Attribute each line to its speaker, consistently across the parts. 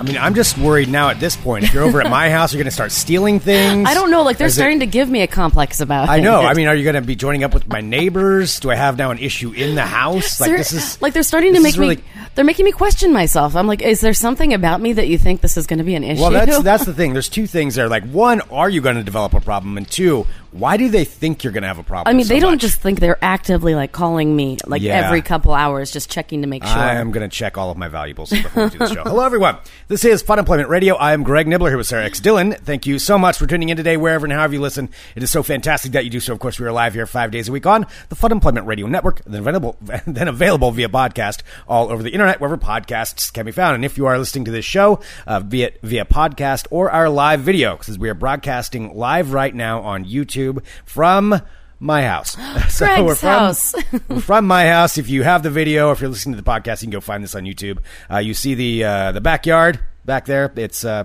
Speaker 1: I mean, I'm just worried now at this point. If you're over at my house, you're going to start stealing things.
Speaker 2: I don't know. Like they're
Speaker 1: Is it-
Speaker 2: starting to give me a complex about.
Speaker 1: I know.
Speaker 2: it.
Speaker 1: I mean, are you going to be joining up with my neighbors? Do I have now an issue in the house? Like
Speaker 2: Ser-
Speaker 1: this is
Speaker 2: like they're starting to
Speaker 1: this
Speaker 2: make
Speaker 1: is
Speaker 2: me.
Speaker 1: really-
Speaker 2: They're making me question myself. I'm like, is there something about me that you think this is going to be an issue?
Speaker 1: Well, that's that's the thing. There's two things there. Like, one, are you going to develop a problem? And two, why do they think you're going to have a problem?
Speaker 2: I mean,
Speaker 1: so
Speaker 2: they don't
Speaker 1: much?
Speaker 2: just think they're actively like calling me like
Speaker 1: Yeah.
Speaker 2: every couple hours, just checking to make sure.
Speaker 1: I am going to check all of my valuables before we do the show. Hello, everyone. This is Fun Employment Radio. I am Greg Nibbler here with Sarah X. Dillon. Thank you so much for tuning in today, wherever and however you listen. It is so fantastic that you do so. Of course, we are live here five days a week on the Fun Employment Radio Network, then available, then available via podcast all over the internet, wherever podcasts can be found. And if you are listening to this show uh, via via podcast or our live video, because we are broadcasting live right now on YouTube from. My house. So
Speaker 2: Greg's
Speaker 1: we're from,
Speaker 2: house.
Speaker 1: we're from my house. If you have the video, if you're listening to the podcast, you can go find this on YouTube. Uh, you see the uh, the backyard back there. It's uh,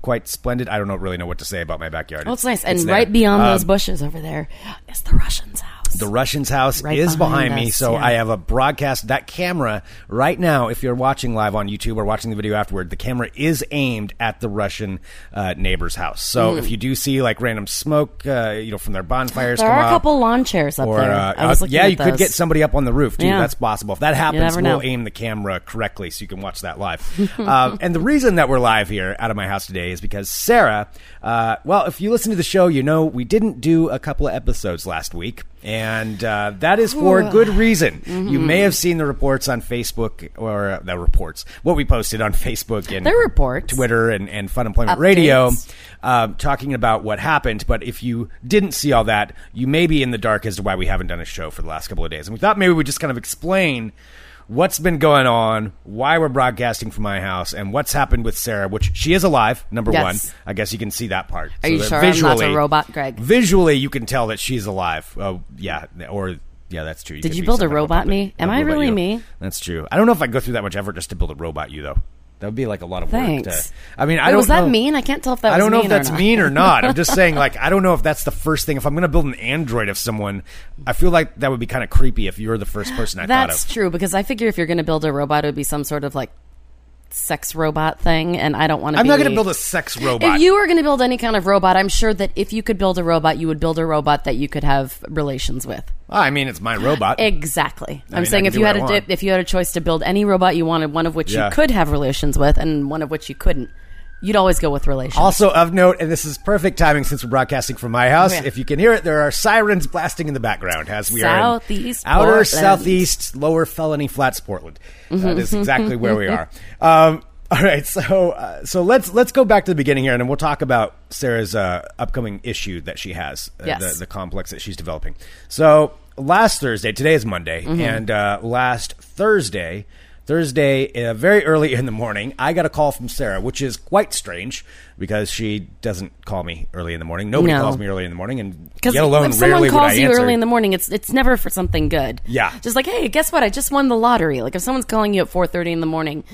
Speaker 1: quite splendid. I don't know, really know what to say about my backyard.
Speaker 2: Oh, it's nice. And
Speaker 1: it's there.
Speaker 2: right beyond
Speaker 1: Um,
Speaker 2: those bushes over there is the Russians' house.
Speaker 1: the Russian's house
Speaker 2: Right
Speaker 1: is behind,
Speaker 2: behind
Speaker 1: me,
Speaker 2: us,
Speaker 1: so
Speaker 2: yeah.
Speaker 1: I have a broadcast. That camera right now, if you're watching live on YouTube or watching the video afterward, the camera is aimed at the Russian uh, neighbor's house.
Speaker 2: Hmm.
Speaker 1: So if you do see like random smoke, uh, you know, from their bonfires,
Speaker 2: there
Speaker 1: come
Speaker 2: are a
Speaker 1: up,
Speaker 2: couple lawn chairs up
Speaker 1: or
Speaker 2: there.
Speaker 1: uh,
Speaker 2: I was
Speaker 1: uh,
Speaker 2: looking
Speaker 1: yeah,
Speaker 2: at
Speaker 1: you could
Speaker 2: those.
Speaker 1: get somebody up on the roof too.
Speaker 2: Yeah.
Speaker 1: That's possible. If that happens,
Speaker 2: never
Speaker 1: we'll
Speaker 2: know.
Speaker 1: aim the camera correctly so you can watch that live. um, and the reason that we're live here out of my house today is because Sarah. Uh, well, if you listen to the show, you know we didn't do a couple of episodes last week, and uh, that is for a good reason. You
Speaker 2: Mm-hmm.
Speaker 1: may have seen the reports on Facebook or uh, the reports what we posted on Facebook and
Speaker 2: They're reports.
Speaker 1: Twitter and and Fun Employment Radio
Speaker 2: Updates.
Speaker 1: um, talking about what happened. But if you didn't see all that, you may be in the dark as to why we haven't done a show for the last couple of days. And we thought maybe we'd just kind of explain what's been going on, why we're broadcasting from my house, and what's happened with Sarah, which she is alive, number
Speaker 2: Yes.
Speaker 1: one. I guess you can see that part.
Speaker 2: Are you
Speaker 1: that
Speaker 2: sure I'm not a robot, Greg?
Speaker 1: Visually, you can tell that she's alive. Oh, yeah. Or. Yeah, that's true.
Speaker 2: Did
Speaker 1: could
Speaker 2: you
Speaker 1: do
Speaker 2: build a
Speaker 1: something
Speaker 2: robot
Speaker 1: about
Speaker 2: me?
Speaker 1: that.
Speaker 2: Am
Speaker 1: A
Speaker 2: I
Speaker 1: robot
Speaker 2: really
Speaker 1: you.
Speaker 2: me?
Speaker 1: That's true. I don't know if I go through that much effort just to build a robot you though. That would be like a lot of work.
Speaker 2: Thanks.
Speaker 1: To, I mean, I
Speaker 2: Wait,
Speaker 1: don't
Speaker 2: was that
Speaker 1: know-
Speaker 2: mean? I can't tell if that
Speaker 1: I don't
Speaker 2: was
Speaker 1: know if
Speaker 2: mean or
Speaker 1: that's
Speaker 2: not.
Speaker 1: mean or not. I'm just saying, like, I don't know if that's the first thing. If I'm going to build an android of someone, I feel like that would be kind of creepy if you're the first person I
Speaker 2: That's
Speaker 1: thought of.
Speaker 2: true because I figure if you're going to build a robot, it would be some sort of like sex robot thing, and I don't want to.
Speaker 1: I'm
Speaker 2: be...
Speaker 1: not going to build a sex robot.
Speaker 2: If you were going to build any kind of robot, I'm sure that if you could build a robot, you would build a robot that you could have relations with.
Speaker 1: I mean, it's my robot.
Speaker 2: Exactly.
Speaker 1: I
Speaker 2: I'm
Speaker 1: mean, I
Speaker 2: saying
Speaker 1: can
Speaker 2: if
Speaker 1: do
Speaker 2: you
Speaker 1: what
Speaker 2: had
Speaker 1: I
Speaker 2: a
Speaker 1: want.
Speaker 2: if you had a choice to build any robot you wanted, one of which
Speaker 1: Yeah.
Speaker 2: you could have relations with, and one of which you couldn't, you'd always go with relations.
Speaker 1: Also of note, and this is perfect timing since we're broadcasting from my house.
Speaker 2: Yeah.
Speaker 1: If you can hear it, there are sirens blasting in the background as we are in
Speaker 2: Southeast
Speaker 1: outer
Speaker 2: Portland.
Speaker 1: southeast lower felony flats Portland. That is exactly where we are. Um, all right, so uh, so let's let's go back to the beginning here, and then we'll talk about Sarah's uh, upcoming issue that she has, uh,
Speaker 2: Yes.
Speaker 1: the, the complex that she's developing. So last Thursday, today is Monday,
Speaker 2: Mm-hmm.
Speaker 1: and uh, last Thursday, Thursday, uh, very early in the morning, I got a call from Sarah, which is quite strange because she doesn't call me early in the morning. Nobody
Speaker 2: No.
Speaker 1: calls me early in the morning, and
Speaker 2: Because
Speaker 1: yet alone,
Speaker 2: if someone
Speaker 1: rarely would
Speaker 2: calls
Speaker 1: I
Speaker 2: you
Speaker 1: answer.
Speaker 2: early in the morning, it's it's never for something good.
Speaker 1: Yeah.
Speaker 2: just like hey, guess what? I just won the lottery. Like if someone's calling you at four thirty in the morning,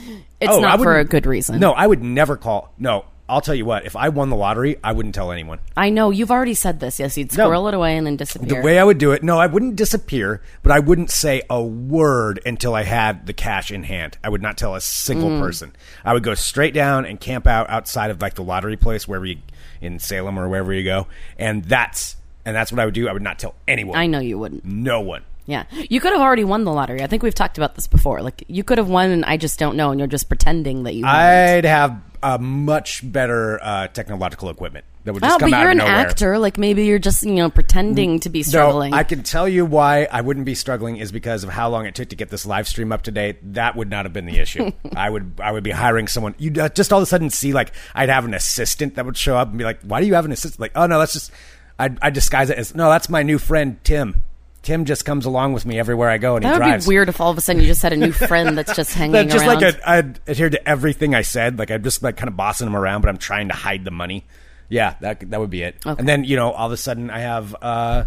Speaker 2: it's
Speaker 1: Oh, I
Speaker 2: not for a
Speaker 1: wouldn't-
Speaker 2: good reason.
Speaker 1: No, I would never call. No, I'll tell you what. If I won the lottery, I wouldn't tell anyone.
Speaker 2: I know you've already said this. Yes, you'd
Speaker 1: No.
Speaker 2: squirrel it away and then
Speaker 1: The
Speaker 2: disappear.
Speaker 1: way I would do it, no, I wouldn't disappear, but I wouldn't say a word until I had the cash in hand. I would not tell a single
Speaker 2: Mm.
Speaker 1: person. I would go straight down and camp out outside of like the lottery place wherever you in Salem or wherever you go, and that's and that's what I would do. I would not tell anyone.
Speaker 2: I know you wouldn't.
Speaker 1: no one.
Speaker 2: Yeah. You could have already won the lottery. I think we've talked about this before. Like, you could have won, and I just don't know, and you're just pretending that you won.
Speaker 1: I'd have a much better uh, technological equipment that would just
Speaker 2: oh,
Speaker 1: come
Speaker 2: but
Speaker 1: out
Speaker 2: you're
Speaker 1: of
Speaker 2: an
Speaker 1: nowhere.
Speaker 2: actor. Like, maybe you're just, you know, pretending to be struggling.
Speaker 1: No, I can tell you why I wouldn't be struggling is because of how long it took to get this live stream up today. That would not have been the issue. I would I would be hiring someone. You would just all of a sudden see like I'd have an assistant that would show up and be like, "Why do you have an assistant?" Like, "Oh no, that's just I I disguise it as no, that's my new friend Tim. Tim just comes along with me everywhere I go and
Speaker 2: that
Speaker 1: he
Speaker 2: would
Speaker 1: drives."
Speaker 2: be weird if all of a sudden you just had a new friend that's just hanging
Speaker 1: That just
Speaker 2: around.
Speaker 1: like I, I adhered to everything I said. Like I'm just like kind of bossing them around, but I'm trying to hide the money. Yeah, that that would be it.
Speaker 2: Okay.
Speaker 1: And then you know, all of a sudden, I have uh,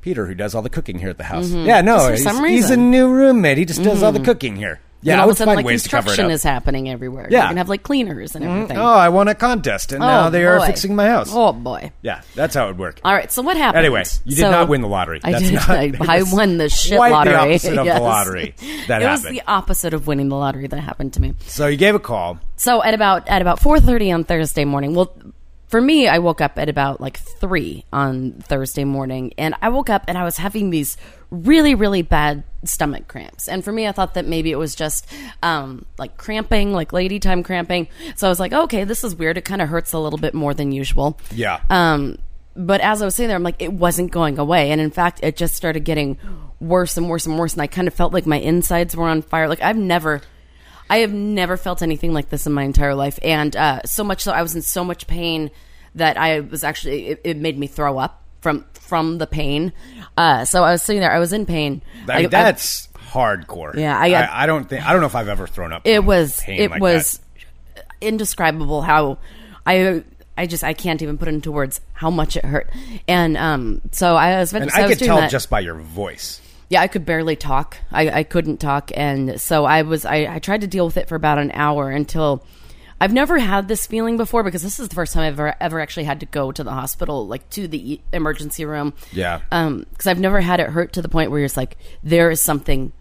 Speaker 1: Peter who does all the cooking here at the house. Yeah, no,
Speaker 2: Mm-hmm. Just for
Speaker 1: he's,
Speaker 2: some
Speaker 1: he's a
Speaker 2: reason.
Speaker 1: new roommate. He just does all the cooking here. Yeah,
Speaker 2: and
Speaker 1: I
Speaker 2: all
Speaker 1: would
Speaker 2: of a sudden,
Speaker 1: find
Speaker 2: like
Speaker 1: ways to cover it
Speaker 2: construction
Speaker 1: up.
Speaker 2: is happening everywhere.
Speaker 1: Yeah.
Speaker 2: you can have like cleaners and everything.
Speaker 1: Oh, I won a contest, and now
Speaker 2: Oh,
Speaker 1: they are
Speaker 2: boy.
Speaker 1: fixing my house.
Speaker 2: Oh boy.
Speaker 1: Yeah, that's how it would work.
Speaker 2: All right, so what happened?
Speaker 1: Anyway, you did
Speaker 2: So-
Speaker 1: not win the lottery.
Speaker 2: I
Speaker 1: That's
Speaker 2: did.
Speaker 1: not-
Speaker 2: I,
Speaker 1: it
Speaker 2: I
Speaker 1: was
Speaker 2: won the shit
Speaker 1: quite the
Speaker 2: lottery.
Speaker 1: opposite of the
Speaker 2: Yes.
Speaker 1: lottery that
Speaker 2: it was
Speaker 1: happened.
Speaker 2: the opposite of winning the lottery that happened to me.
Speaker 1: So you gave a call.
Speaker 2: So at about at about four thirty on Thursday morning. Well, for me, I woke up at about like three on Thursday morning, and I woke up and I was having these really really bad stomach cramps. And for me, I thought that maybe it was just um, like cramping, like lady time cramping. So I was like, okay, this is weird. It kind of hurts a little bit more than usual.
Speaker 1: Yeah.
Speaker 2: Um, but as I was sitting there, I'm like, it wasn't going away. And in fact, it just started getting worse and worse and worse. And I kind of felt like my insides were on fire. Like, I've never, I have never felt anything like this in my entire life. And uh, so much so, I was in so much pain that I was actually, it, it made me throw up. From from the pain, uh, so I was sitting there. I was in pain.
Speaker 1: I mean,
Speaker 2: I- I-
Speaker 1: that's hardcore.
Speaker 2: Yeah, I got-
Speaker 1: I, don't think I don't know if I've ever thrown up.
Speaker 2: it
Speaker 1: from
Speaker 2: was
Speaker 1: pain
Speaker 2: it
Speaker 1: like
Speaker 2: was
Speaker 1: that.
Speaker 2: indescribable how i i just i can't even put into words how much it hurt and um so i was
Speaker 1: and
Speaker 2: so
Speaker 1: I
Speaker 2: was
Speaker 1: could
Speaker 2: doing
Speaker 1: tell
Speaker 2: that.
Speaker 1: just by your voice.
Speaker 2: yeah i could barely talk i i couldn't talk and so i was i i tried to deal with it for about an hour until I've never had this feeling before because this is the first time I've ever, ever actually had to go to the hospital, like to the e- emergency room.
Speaker 1: Yeah.
Speaker 2: Um, because I've never had it hurt to the point where you're just like, there is something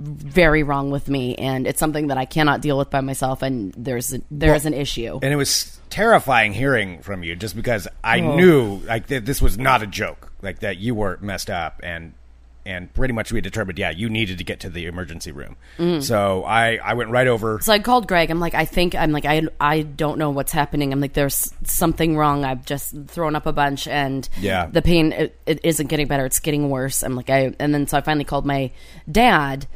Speaker 2: very wrong with me, and it's something that I cannot deal with by myself, and there's a, there is an issue.
Speaker 1: and it was terrifying hearing from you just because I
Speaker 2: Oh.
Speaker 1: knew like that this was not a joke, like that you were messed up and and pretty much we determined yeah you needed to get to the emergency room. So I I went right over.
Speaker 2: So I called Greg. I'm Mm. like, I think I'm like, I I don't know what's happening. I'm like, there's something wrong. I've just thrown up a bunch, and
Speaker 1: Yeah.
Speaker 2: the pain it, it isn't getting better. It's getting worse. I'm like, I and then so I finally called my dad,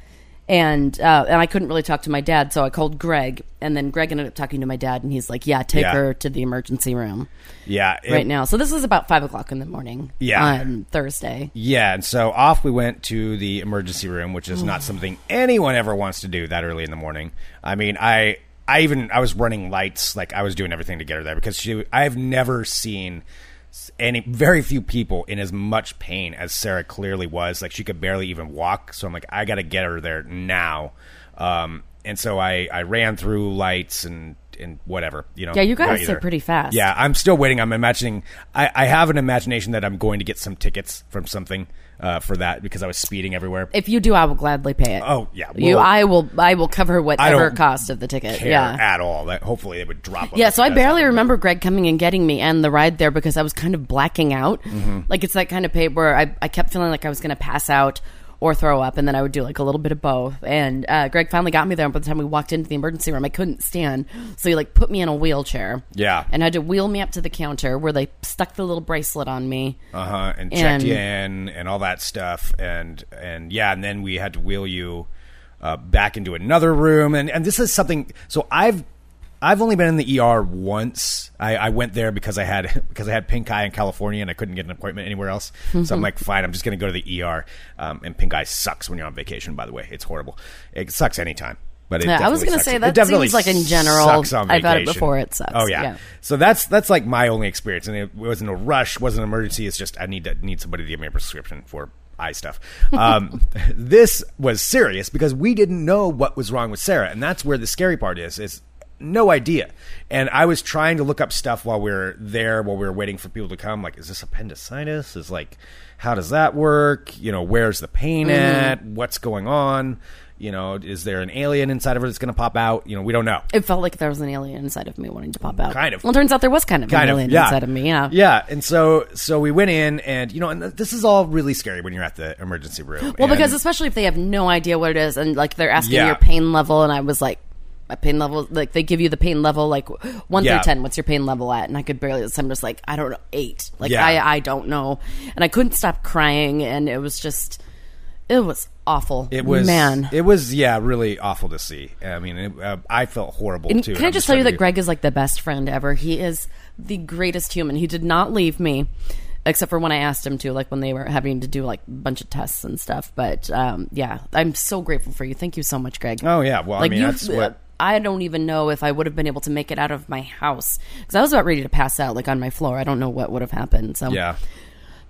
Speaker 2: and uh, and I couldn't really talk to my dad, so I called Greg, and then Greg ended up talking to my dad, and he's like, Yeah, take
Speaker 1: Yeah.
Speaker 2: her to the emergency room
Speaker 1: yeah, it-
Speaker 2: right now. So this is about five o'clock in the morning.
Speaker 1: Yeah.
Speaker 2: on Thursday.
Speaker 1: Yeah, and so off we went to the emergency room, which is not something anyone ever wants to do that early in the morning. I mean, I I even I was running lights, like I was doing everything to get her there because she I've never seen s- any very few people in as much pain as Sarah clearly was. Like she could barely even walk, so I'm like I got to get her there now. Um and so I I ran through lights and and whatever, you know.
Speaker 2: Yeah, you guys
Speaker 1: you
Speaker 2: are
Speaker 1: there.
Speaker 2: pretty fast.
Speaker 1: Yeah, I'm still waiting. I'm imagining. I, I have an imagination that I'm going to get some tickets from something uh, for that because I was speeding everywhere.
Speaker 2: If you do, I will gladly pay it.
Speaker 1: Oh, yeah,
Speaker 2: you.
Speaker 1: well-
Speaker 2: I will. I will cover whatever
Speaker 1: don't
Speaker 2: cost of the ticket.
Speaker 1: care
Speaker 2: yeah,
Speaker 1: at all. That hopefully they would drop. it
Speaker 2: Yeah,
Speaker 1: if
Speaker 2: so
Speaker 1: it
Speaker 2: I
Speaker 1: does
Speaker 2: barely
Speaker 1: happen.
Speaker 2: remember Greg coming and getting me and the ride there because I was kind of blacking out.
Speaker 1: Mm-hmm.
Speaker 2: Like it's that kind of pain where I, I kept feeling like I was going to pass out or throw up, and then I would do like a little bit of both. And uh, Greg finally got me there, and by the time we walked into the emergency room, I couldn't stand. So he like put me in a wheelchair.
Speaker 1: Yeah.
Speaker 2: and had to wheel me up to the counter where they stuck the little bracelet on me.
Speaker 1: uh-huh, and checked
Speaker 2: And-
Speaker 1: you in and all that stuff and and yeah and then we had to wheel you uh, back into another room and and this is something so i've I've only been in the ER once. I, I went there because I had because I had pink eye in California and I couldn't get an appointment anywhere else. So I'm like, fine, I'm just going to go to the ER. Um, and pink eye sucks when you're on vacation. By the way, it's horrible. It sucks anytime. But it
Speaker 2: Yeah, I was
Speaker 1: definitely
Speaker 2: gonna
Speaker 1: sucks.
Speaker 2: say
Speaker 1: It
Speaker 2: that
Speaker 1: definitely
Speaker 2: seems like in general,
Speaker 1: sucks on
Speaker 2: I've had it
Speaker 1: vacation.
Speaker 2: before, it sucks.
Speaker 1: Oh yeah.
Speaker 2: Yeah.
Speaker 1: So that's that's like my only experience, and it wasn't a rush, wasn't an emergency. It's just I need to need somebody to give me a prescription for eye stuff. Um, this was serious because we didn't know what was wrong with Sarah, and that's where the scary part is. Is no idea. And I was trying to look up stuff while we were there, while we were waiting for people to come. Like, is this appendicitis? Is like, how does that work? You know, where's the pain at? What's going on? You know, is there an alien inside of her that's going to pop out? You know, we don't know.
Speaker 2: It felt like there was an alien inside of me wanting to pop out.
Speaker 1: Kind of.
Speaker 2: Well, it turns out there was kind of
Speaker 1: kind
Speaker 2: an
Speaker 1: of
Speaker 2: alien
Speaker 1: yeah.
Speaker 2: inside of me. Yeah.
Speaker 1: yeah and so so we went in and you know and th- this is all really scary when you're at the emergency room
Speaker 2: Well, because
Speaker 1: And-
Speaker 2: especially if they have no idea what it is, and like they're asking
Speaker 1: Yeah.
Speaker 2: your pain level, and I was like, my pain level, like they give you the pain level, like one
Speaker 1: Yeah.
Speaker 2: through ten. What's your pain level at? And I could barely. So I'm just like, I don't know, eight. Like
Speaker 1: Yeah.
Speaker 2: I, I don't know, and I couldn't stop crying, and it was just, it was awful.
Speaker 1: it was
Speaker 2: man.
Speaker 1: it was yeah really awful to see i mean it, uh, i felt horrible
Speaker 2: And
Speaker 1: too
Speaker 2: can I
Speaker 1: I'm
Speaker 2: just tell
Speaker 1: trying
Speaker 2: you
Speaker 1: to
Speaker 2: that
Speaker 1: do-
Speaker 2: Greg is like the best friend ever? He is the greatest human. He did not leave me, except for when I asked him to, like when they were having to do like a bunch of tests and stuff. But um, yeah, I'm so grateful for you. Thank you so much, Greg. uh,
Speaker 1: Oh, yeah. Well, I mean, that's what-
Speaker 2: I don't even know if I would have been able to make it out of my house because I was about ready to pass out, like on my floor. I don't know what would have happened. So
Speaker 1: yeah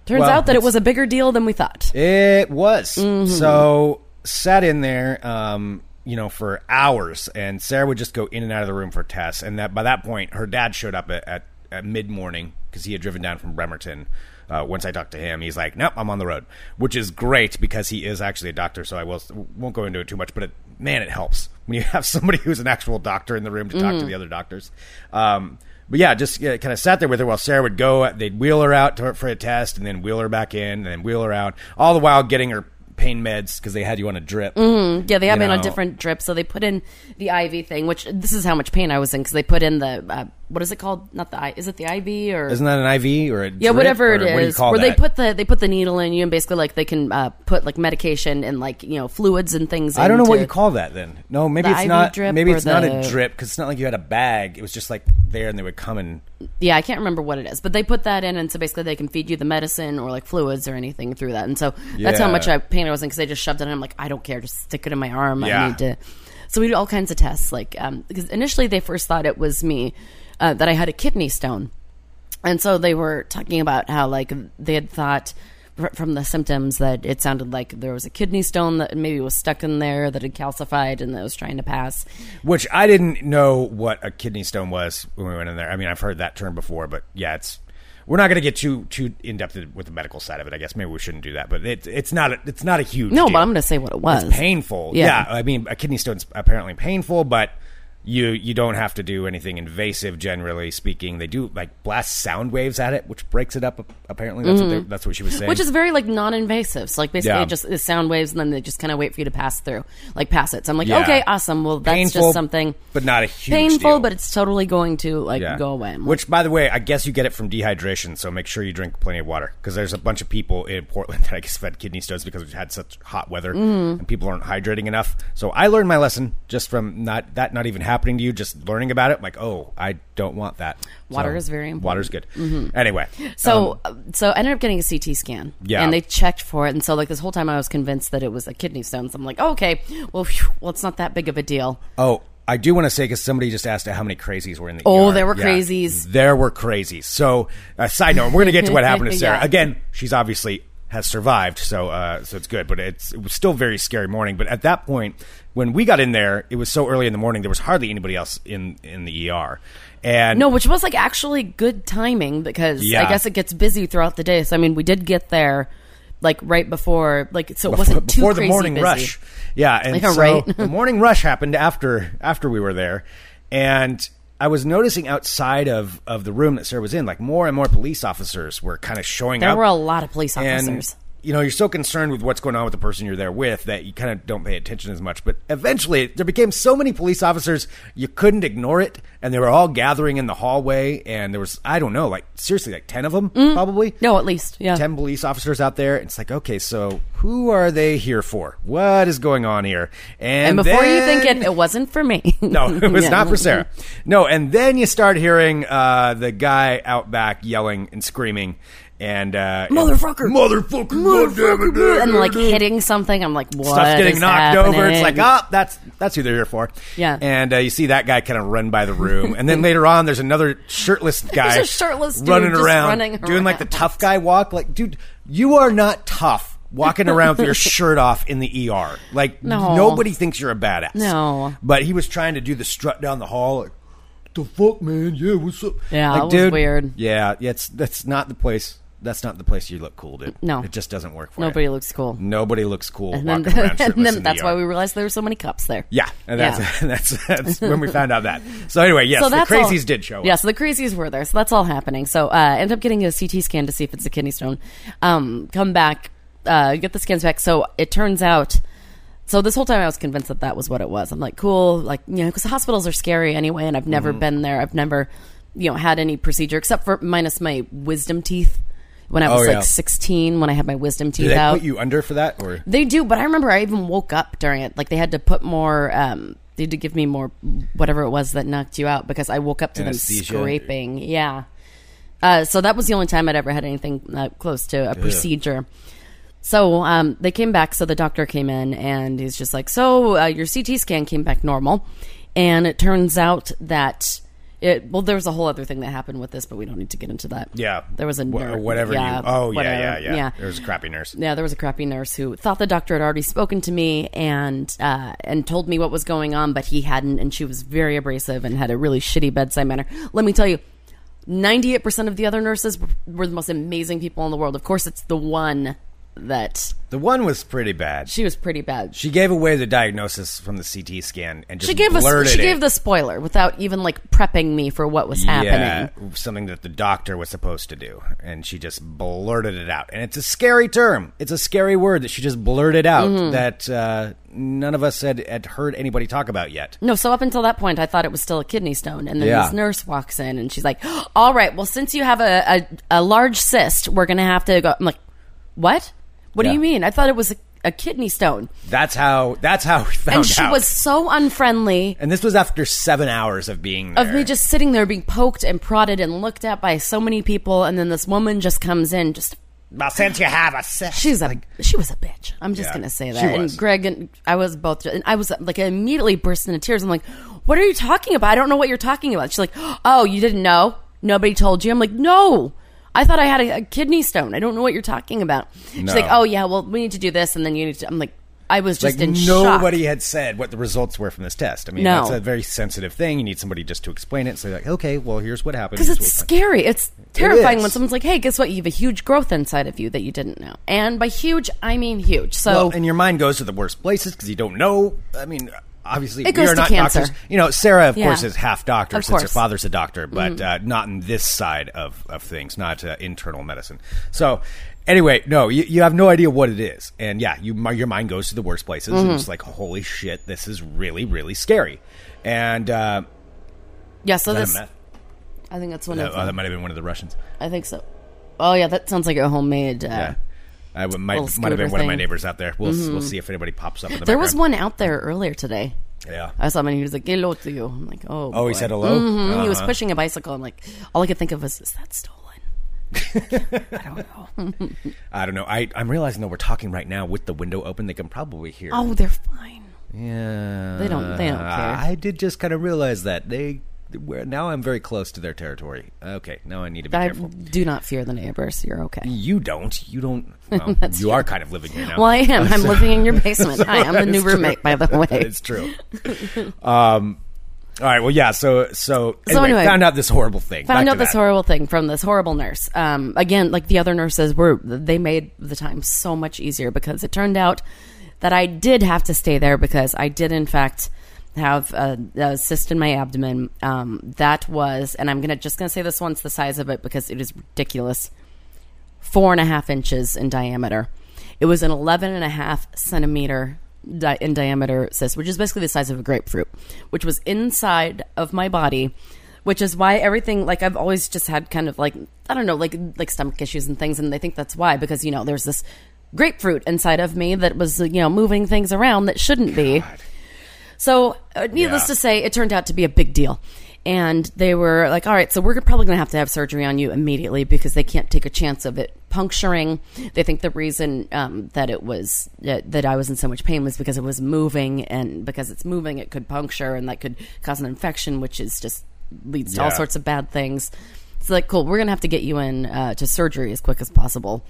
Speaker 2: turns
Speaker 1: Well,
Speaker 2: out that it
Speaker 1: that's-
Speaker 2: was a bigger deal than we thought.
Speaker 1: It was. So sat in there. Um, you know, for hours, and Sarah would just go in and out of the room for Tess. And that by that point, her dad showed up at, at, at mid morning because he had driven down from Bremerton. Uh, once I talked to him, he's like, "Nope, I'm on the road," which is great because he is actually a doctor. So I will won't go into it too much, but it, man, it helps when you have somebody who's an actual doctor in the room to talk to
Speaker 2: Mm-hmm.
Speaker 1: the other doctors. Um, but yeah, just uh, kind of sat there with her while Sarah would go. They'd wheel her out to, for a test, and then wheel her back in, and then wheel her out, all the while getting her pain meds because they had you on a drip.
Speaker 2: Yeah, they have
Speaker 1: you
Speaker 2: been on
Speaker 1: know.
Speaker 2: different drips. So they put in the IV thing, which this is how much pain I was in because they put in the uh, what is it called? Not the I. Is it the IV or
Speaker 1: Isn't that an IV or a
Speaker 2: yeah,
Speaker 1: drip,
Speaker 2: whatever
Speaker 1: or
Speaker 2: it is?
Speaker 1: What do you call
Speaker 2: where
Speaker 1: that?
Speaker 2: they put the they put the needle in you and basically like they can uh, put like medication and like you know fluids and things.
Speaker 1: I don't know what
Speaker 2: into-
Speaker 1: you call that then. No, maybe
Speaker 2: The
Speaker 1: it's
Speaker 2: IV
Speaker 1: not.
Speaker 2: drip
Speaker 1: maybe
Speaker 2: or
Speaker 1: it's not a
Speaker 2: the-
Speaker 1: drip because it's not like you had a bag. It was just like there, and they would come and
Speaker 2: Yeah, I can't remember what it is, but they put that in, and so basically they can feed you the medicine or like fluids or anything through that. And so that's how
Speaker 1: Yeah.
Speaker 2: much I pain I was in because they just shoved it in. I'm like, I don't care, just stick it in my arm.
Speaker 1: Yeah.
Speaker 2: I need to. So we did all kinds of tests, like um, because initially they first thought it was me uh, that I had a kidney stone, and so they were talking about how like they had thought fr- from the symptoms that it sounded like there was a kidney stone that maybe was stuck in there that had calcified and that was trying to pass.
Speaker 1: which I didn't know what a kidney stone was when we went in there. I mean, I've heard that term before, but yeah, it's we're not going to get too too in depth with the medical side of it. I guess maybe we shouldn't do that, but it's it's not a, it's not a huge
Speaker 2: No,
Speaker 1: deal.
Speaker 2: but I'm going to say what it was.
Speaker 1: it's painful. Yeah.
Speaker 2: Yeah.
Speaker 1: I mean, a kidney stone's apparently painful, but you you don't have to do anything invasive. Generally speaking, they do like blast sound waves at it, which breaks it up. Apparently, that's what they, that's what she was saying.
Speaker 2: Mm-hmm. Which is very like non-invasive. So like basically
Speaker 1: Yeah.
Speaker 2: it just it's sound waves and then they just kind of wait for you to pass through, like pass it. So I'm like,
Speaker 1: Yeah.
Speaker 2: okay, awesome. Well, that's
Speaker 1: Painful,
Speaker 2: just something
Speaker 1: but not a huge
Speaker 2: painful,
Speaker 1: deal.
Speaker 2: but it's totally going to like
Speaker 1: Yeah.
Speaker 2: go away. I'm like,
Speaker 1: Which, by the way, I guess you get it from dehydration. So make sure you drink plenty of water because there's a bunch of people in Portland that I guess have had kidney stones because we've had such hot weather
Speaker 2: Mm.
Speaker 1: and people aren't hydrating enough. So I learned my lesson just from not that not even happening to you, just learning about it. Like, oh, I don't want that.
Speaker 2: Water is very important. Mm-hmm.
Speaker 1: Water's good. Anyway,
Speaker 2: so uh, so I ended up getting a CT scan.
Speaker 1: um, Yeah.
Speaker 2: And they checked for it, and so like this whole time I was convinced that it was a kidney stone. So I'm like, oh, okay, well, phew, well, it's not that big of a deal.
Speaker 1: oh. I do want to say because somebody just asked how many crazies were in the
Speaker 2: Oh,
Speaker 1: ER.
Speaker 2: there were crazies.
Speaker 1: There were crazies. So, uh, side note, we're going to get to what happened to Sarah.
Speaker 2: Yeah.
Speaker 1: Again, she's obviously has survived, so uh, so it's good. But it's it was still very scary morning. But at that point, when we got in there, it was so early in the morning. There was hardly anybody else in in the ER. And
Speaker 2: No, which was like actually good timing because
Speaker 1: Yeah.
Speaker 2: I guess it gets busy throughout the day. So I mean, we did get there like right before, like so it wasn't too
Speaker 1: before the
Speaker 2: crazy
Speaker 1: morning
Speaker 2: busy.
Speaker 1: rush. Yeah, and
Speaker 2: Yeah,
Speaker 1: so
Speaker 2: right.
Speaker 1: the morning rush happened after after we were there, and I was noticing outside of of the room that Sarah was in, like more and more police officers were kind of showing
Speaker 2: There
Speaker 1: up.
Speaker 2: were a lot of police
Speaker 1: and,
Speaker 2: officers.
Speaker 1: You know, you're so concerned with what's going on with the person you're there with that you kind of don't pay attention as much. But eventually, there became so many police officers you couldn't ignore it, and they were all gathering in the hallway. And there was, I don't know, like seriously, like ten of them probably.
Speaker 2: Mm. No, at least yeah.
Speaker 1: 10 police officers out there. It's like, okay, so who are they here for? What is going on here?
Speaker 2: and before you
Speaker 1: then-
Speaker 2: think it, it wasn't for me.
Speaker 1: no, it was
Speaker 2: Yeah.
Speaker 1: not for Sarah. No, and then you start hearing uh, the guy out back yelling and screaming and uh,
Speaker 2: Motherfucker.
Speaker 1: motherfucker, motherfucker,
Speaker 2: And like hitting something, I'm like, what?
Speaker 1: Stuff's getting
Speaker 2: is
Speaker 1: knocked over. It's like,
Speaker 2: happening?
Speaker 1: ah, that's that's who they're here for.
Speaker 2: Yeah.
Speaker 1: and uh, you see that guy kind of run by the room, and then later on, there's another shirtless guy,
Speaker 2: a shirtless dude
Speaker 1: running
Speaker 2: just
Speaker 1: around,
Speaker 2: running
Speaker 1: doing like the
Speaker 2: around.
Speaker 1: tough guy walk. Like, dude, you are not tough walking around with your shirt off in the ER. Like,
Speaker 2: No.
Speaker 1: nobody thinks you're a badass.
Speaker 2: No.
Speaker 1: but he was trying to do the strut down the hall. Like, the fuck, man? Yeah, what's up?
Speaker 2: Yeah,
Speaker 1: like,
Speaker 2: it was
Speaker 1: dude,
Speaker 2: weird.
Speaker 1: Yeah, it's that's not the place. That's not the place you look cool, dude.
Speaker 2: No.
Speaker 1: it just doesn't work for you.
Speaker 2: Nobody looks cool.
Speaker 1: Nobody looks cool
Speaker 2: And then,
Speaker 1: ah! walking around shirtless
Speaker 2: and
Speaker 1: in
Speaker 2: then
Speaker 1: the
Speaker 2: that's why
Speaker 1: yard.
Speaker 2: we realized there were so many cups there.
Speaker 1: Yeah, and that's, that's that's when we found out that. So anyway, yes, the
Speaker 2: all-
Speaker 1: crazies did show up.
Speaker 2: Yeah, so the crazies were there. So that's all happening. So uh, end up getting a CT scan to see if it's a kidney stone. Um, come back, uh, get the scans back. So it turns out. So this whole time I was convinced that that was what it was. I'm like, cool, like you know, because hospitals are scary anyway, and I've
Speaker 1: Mm-hmm.
Speaker 2: never been there. I've never, you know, had any procedure except for minus my wisdom teeth when I
Speaker 1: Oh,
Speaker 2: was
Speaker 1: yeah.
Speaker 2: like 16 when I had my wisdom teeth
Speaker 1: Did they
Speaker 2: out.
Speaker 1: put you under for that, or
Speaker 2: They do, but I remember I even woke up during it. Like they had to put more. Um, they had to give me more whatever it was that knocked you out because I woke up to
Speaker 1: Anesthesia.
Speaker 2: them scraping. Yeah. Uh, so that was the only time I'd ever had anything uh, close to a procedure. So um, they came back. So the doctor came in and he's just like, "So uh, your CT scan came back normal, and it turns out that." It, well, there was a whole other thing that happened with this, but we don't need to get into that.
Speaker 1: Yeah.
Speaker 2: there was a
Speaker 1: Wha-
Speaker 2: nurse.
Speaker 1: whatever you. Oh yeah, yeah, yeah.
Speaker 2: yeah.
Speaker 1: There was a crappy nurse.
Speaker 2: Yeah, there was a crappy nurse who thought the doctor had already spoken to me and uh, and told me what was going on, but he hadn't, and she was very abrasive and had a really shitty bedside manner. Let me tell you, ninety eight percent of the other nurses were- were the most amazing people in the world. Of course, it's the one that
Speaker 1: The one was pretty bad.
Speaker 2: she was pretty bad. She,
Speaker 1: She gave away the diagnosis from the CT scan and just
Speaker 2: gave
Speaker 1: blurted
Speaker 2: us she
Speaker 1: it.
Speaker 2: gave the spoiler without even like prepping me for what was happening.
Speaker 1: Yeah, something that the doctor was supposed to do, and she just blurted it out. And it's a scary term. It's a scary word that she just blurted out
Speaker 2: Mm-hmm.
Speaker 1: that uh, none of us had, had heard anybody talk about yet.
Speaker 2: No, so up until that point, I thought it was still a kidney stone. And then
Speaker 1: Yeah.
Speaker 2: this nurse walks in and she's like, All right, well, since you have a, a, a large cyst, we're going to have to go. I'm like, What? What
Speaker 1: Yeah.
Speaker 2: do you mean? I thought it was a, a kidney stone.
Speaker 1: That's how. That's how we found
Speaker 2: And she
Speaker 1: out.
Speaker 2: was so unfriendly
Speaker 1: and this was after seven hours of being there.
Speaker 2: of me just sitting there being poked and prodded and looked at by so many people. And then this woman just comes in, just
Speaker 1: Well, since you have a cyst,
Speaker 2: She's a she was a bitch. I'm just
Speaker 1: Yeah,
Speaker 2: gonna say
Speaker 1: she
Speaker 2: that.
Speaker 1: was.
Speaker 2: And Greg and I was both, and I was like immediately burst into tears. I'm like, "What are you talking about? I don't know what you're talking about." She's like, "Oh, you didn't know? Nobody told you?" I'm like, "No, I thought I had a, a kidney stone. I don't know what you're talking about."
Speaker 1: No.
Speaker 2: She's like, "Oh yeah, well we need to do this, and then you need to." I'm like, I was just
Speaker 1: like
Speaker 2: in shock.
Speaker 1: nobody had said what the results were from this test. I mean,
Speaker 2: No.
Speaker 1: that's a very sensitive thing. You need somebody just to explain it. So you're like, okay, well, here's what happened.
Speaker 2: Because
Speaker 1: here's
Speaker 2: it's
Speaker 1: what happened.
Speaker 2: scary. It's terrifying
Speaker 1: is.
Speaker 2: when someone's like, "Hey, guess what? You have a huge growth inside of you that you didn't know." And by huge, I mean huge. So
Speaker 1: Well, and your mind goes to the worst places because you don't know. I mean, obviously,
Speaker 2: It goes
Speaker 1: we are
Speaker 2: to
Speaker 1: not
Speaker 2: cancer.
Speaker 1: doctors. You know, Sarah, of
Speaker 2: Yeah.
Speaker 1: course, is half doctor
Speaker 2: Of
Speaker 1: since her
Speaker 2: course. Mm-hmm.
Speaker 1: father's a doctor, but uh, not in this side of, of things, not uh, internal medicine. So, anyway, no, you, you have no idea what it is. And yeah, you, my, your mind goes to the worst places. And
Speaker 2: Mm-hmm.
Speaker 1: it's like, holy shit, this is really, really scary. And uh,
Speaker 2: yeah, so
Speaker 1: is that a
Speaker 2: Oh, this.
Speaker 1: meth?
Speaker 2: I think that's one
Speaker 1: No,
Speaker 2: of
Speaker 1: oh,
Speaker 2: them.
Speaker 1: that might have been one of the Russians.
Speaker 2: I think so. Oh yeah, that sounds like a homemade. Uh,
Speaker 1: Yeah. I w- might,
Speaker 2: Little
Speaker 1: might have been
Speaker 2: scooter
Speaker 1: one of my
Speaker 2: thing. Mm-hmm.
Speaker 1: neighbors out there. We'll, we'll see if anybody pops up. In the
Speaker 2: There was
Speaker 1: background.
Speaker 2: one out there earlier today.
Speaker 1: Yeah.
Speaker 2: I saw someone who was like, "Hello to you." I'm like, "Oh."
Speaker 1: Oh, he
Speaker 2: boy.
Speaker 1: said hello?
Speaker 2: Mhm. He was
Speaker 1: Uh-huh.
Speaker 2: pushing a bicycle, and like, all I could think of was, "Is that stolen?" I don't know.
Speaker 1: I don't know. I, I'm realizing that we're talking right now with the window open. They can probably hear.
Speaker 2: Oh, they're fine.
Speaker 1: yeah.
Speaker 2: They don't- they don't care.
Speaker 1: I did just kind of realize that they. Where now I'm very close to their territory. Okay, now I need to be
Speaker 2: I
Speaker 1: careful.
Speaker 2: do not fear the neighbors. You're okay.
Speaker 1: You don't. You don't. Well, you are kind of living here now.
Speaker 2: Well, I am. I'm living in your basement. Hi, I'm the new roommate, by the way.
Speaker 1: it's true. um. All right. Well, yeah. So, so anyway,
Speaker 2: So anyway,
Speaker 1: found out this horrible thing.
Speaker 2: Found
Speaker 1: Back
Speaker 2: out
Speaker 1: to
Speaker 2: this
Speaker 1: that.
Speaker 2: horrible thing from this horrible nurse. Um, again, like the other nurses were, they made the time so much easier because it turned out that I did have to stay there because I did, in fact, have a, a cyst in my abdomen. Um, that was, and I'm gonna just gonna say this once the size of it because it is ridiculous. Four and a half inches in diameter. It was an 11 and a half centimeter di- in diameter cyst, which is basically the size of a grapefruit, which was inside of my body, which is why everything, like, I've always just had kind of like, I don't know, like, like stomach issues and things. And I think that's why, because, you know, there's this grapefruit inside of me that was, you know, moving things around that shouldn't be. So, uh, needless
Speaker 1: Yeah.
Speaker 2: to say, it turned out to be a big deal. And they were like, all right, so we're probably going to have to have surgery on you immediately because they can't take a chance of it puncturing. They think the reason um, that it was uh, that, that I was in so much pain was because it was moving, and because it's moving, it could puncture and that could cause an infection, which is just leads to all
Speaker 1: Yeah.
Speaker 2: sorts of bad things. It's like, cool, we're going to have to get you in uh, to surgery as quick as possible.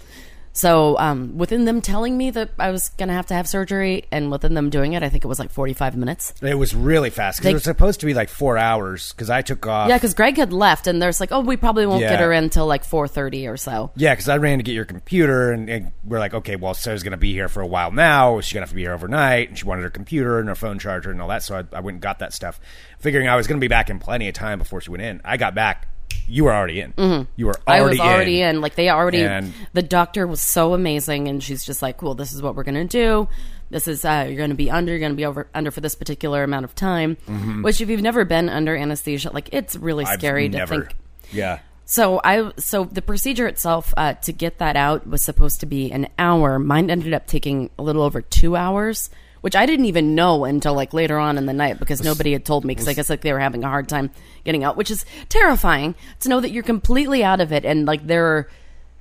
Speaker 2: So, um, within them telling me that I was going to have to have surgery and within them doing it, I think it was like 45 minutes.
Speaker 1: It was really fast because
Speaker 2: They-
Speaker 1: it was supposed to be like four hours. Because I took off.
Speaker 2: Yeah, because Greg had left, and there's like, oh, we probably won't
Speaker 1: Yeah.
Speaker 2: get her in till like four thirty or so.
Speaker 1: Yeah, because I ran to get your computer, and, and we're like, okay, well, Sarah's going to be here for a while now. She's going to have to be here overnight. And she wanted her computer and her phone charger and all that. So I, I went and got that stuff, figuring I was going to be back in plenty of time before she went in. I got back. You were already in. You were
Speaker 2: Mm-hmm. I
Speaker 1: already
Speaker 2: was already in. Like they already.
Speaker 1: And-
Speaker 2: the doctor was so amazing, and she's just like, "Cool, this is what we're gonna do. This is uh, you're gonna be under. You're gonna be over under for this particular amount of time." Which, if you've never been under anesthesia, like it's really
Speaker 1: Mm-hmm. I've
Speaker 2: scary to
Speaker 1: never-
Speaker 2: think.
Speaker 1: Yeah.
Speaker 2: So I so the procedure itself uh, to get that out was supposed to be an hour. Mine ended up taking a little over two hours, which I didn't even know until like later on in the night because nobody had told me because I guess like they were having a hard time getting out, which is terrifying to know that you're completely out of it and like there are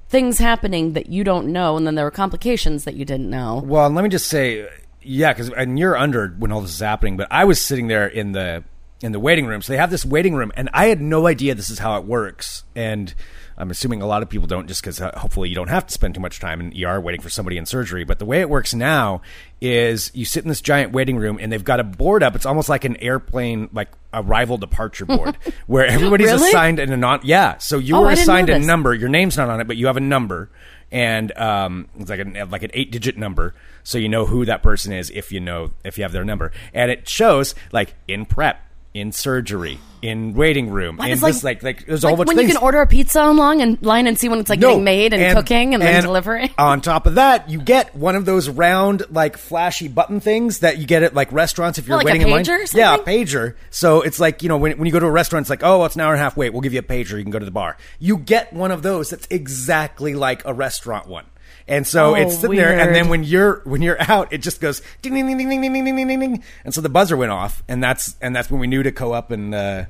Speaker 2: things happening that you don't know and then there are complications that you didn't know.
Speaker 1: Well, and let me just say, yeah, because and you're under when all this is happening, but I was sitting there in the in the waiting room. So they have this waiting room, and I had no idea this is how it works. And I'm assuming a lot of people don't, just because hopefully you don't have to spend too much time in ER waiting for somebody in surgery. But the way it works now is you sit in this giant waiting room, and they've got a board up. It's almost like an airplane, like arrival departure board, where everybody's
Speaker 2: Really?
Speaker 1: assigned an anon. Yeah, so you
Speaker 2: Oh,
Speaker 1: were
Speaker 2: I didn't know
Speaker 1: assigned a
Speaker 2: this.
Speaker 1: number. Your name's not on it, but you have a number. And um, it's like an like an eight digit number, so you know who that person is if you know if you have their number, and it shows like in prep, in surgery, in waiting room,
Speaker 2: Like,
Speaker 1: in
Speaker 2: it's
Speaker 1: this like like there's a whole
Speaker 2: like
Speaker 1: bunch
Speaker 2: when
Speaker 1: of things.
Speaker 2: you can order a pizza online and line and see when it's like
Speaker 1: No,
Speaker 2: getting made and, cooking and, then delivering.
Speaker 1: On top of that, you get one of those round, like flashy button things that you get at like restaurants if you're
Speaker 2: Oh, like a
Speaker 1: waiting in line.
Speaker 2: pager or
Speaker 1: Yeah, a
Speaker 2: something?
Speaker 1: pager. So it's like you know when when you go to a restaurant, it's like oh, it's an hour and a half wait. We'll give you a pager. You can go to the bar. You get one of those that's exactly like a restaurant one. And so
Speaker 2: Oh,
Speaker 1: it's sitting there, and then
Speaker 2: weird.
Speaker 1: when you're when you're out, it just goes ding ding ding ding ding ding ding ding ding ding, and so the buzzer went off, and that's and that's when we knew to go up and uh,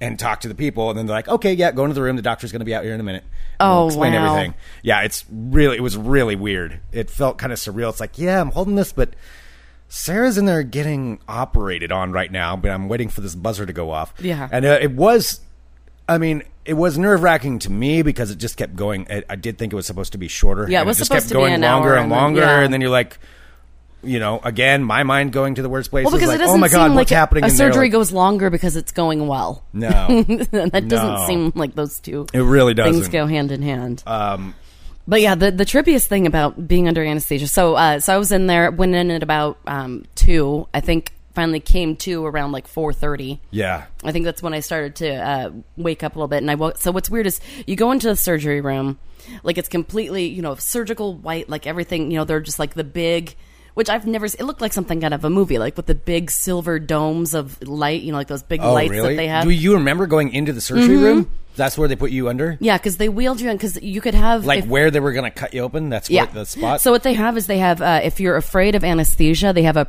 Speaker 1: and talk to the people, and then they're like, okay, yeah, go into the room. The doctor's going to be out here in a minute. And
Speaker 2: Oh,
Speaker 1: we'll explain
Speaker 2: wow.
Speaker 1: everything. Yeah, it's really it was really weird. It felt kind of surreal. It's like, yeah, I'm holding this, but Sarah's in there getting operated on right now, but I'm waiting for this buzzer to go off.
Speaker 2: Yeah.
Speaker 1: and uh, it was. I mean, it was nerve wracking to me because it just kept going. I, I did think it was supposed to be shorter.
Speaker 2: Yeah, it
Speaker 1: and
Speaker 2: was
Speaker 1: just
Speaker 2: supposed
Speaker 1: kept
Speaker 2: to be
Speaker 1: going
Speaker 2: an
Speaker 1: longer
Speaker 2: hour
Speaker 1: and
Speaker 2: and then-
Speaker 1: longer,
Speaker 2: yeah.
Speaker 1: and then you're like. You know, again, my mind going to the worst places.
Speaker 2: well, because
Speaker 1: like,
Speaker 2: it doesn't
Speaker 1: oh my god,
Speaker 2: seem
Speaker 1: what's
Speaker 2: like a-
Speaker 1: happening?
Speaker 2: a
Speaker 1: in there?
Speaker 2: surgery
Speaker 1: Like,
Speaker 2: goes longer because it's going well.
Speaker 1: No,
Speaker 2: and that doesn't
Speaker 1: No.
Speaker 2: seem like those two
Speaker 1: it really doesn't. Um,
Speaker 2: things go hand in hand. but yeah, the the trippiest thing about being under anesthesia. So uh, so I was in there, went in at about um, two. I think finally came to around like four thirty.
Speaker 1: Yeah,
Speaker 2: I think that's when I started to uh, wake up a little bit. And I woke. So what's weird is you go into the surgery room, like it's completely you know surgical white, like everything. You know they're just like the big. Which I've never. se- It looked like something out of a movie, like with the big silver domes of light, you know, like those big
Speaker 1: Oh,
Speaker 2: lights
Speaker 1: really?
Speaker 2: that they have. Mm-hmm.
Speaker 1: Do you remember going into the surgery room? That's where they put you under?
Speaker 2: yeah, because they wheeled you in because you could have
Speaker 1: Like
Speaker 2: if-
Speaker 1: where they were going to cut you open? That's
Speaker 2: yeah
Speaker 1: where the spot?
Speaker 2: So what they have is they have uh, if you're afraid of anesthesia, they have a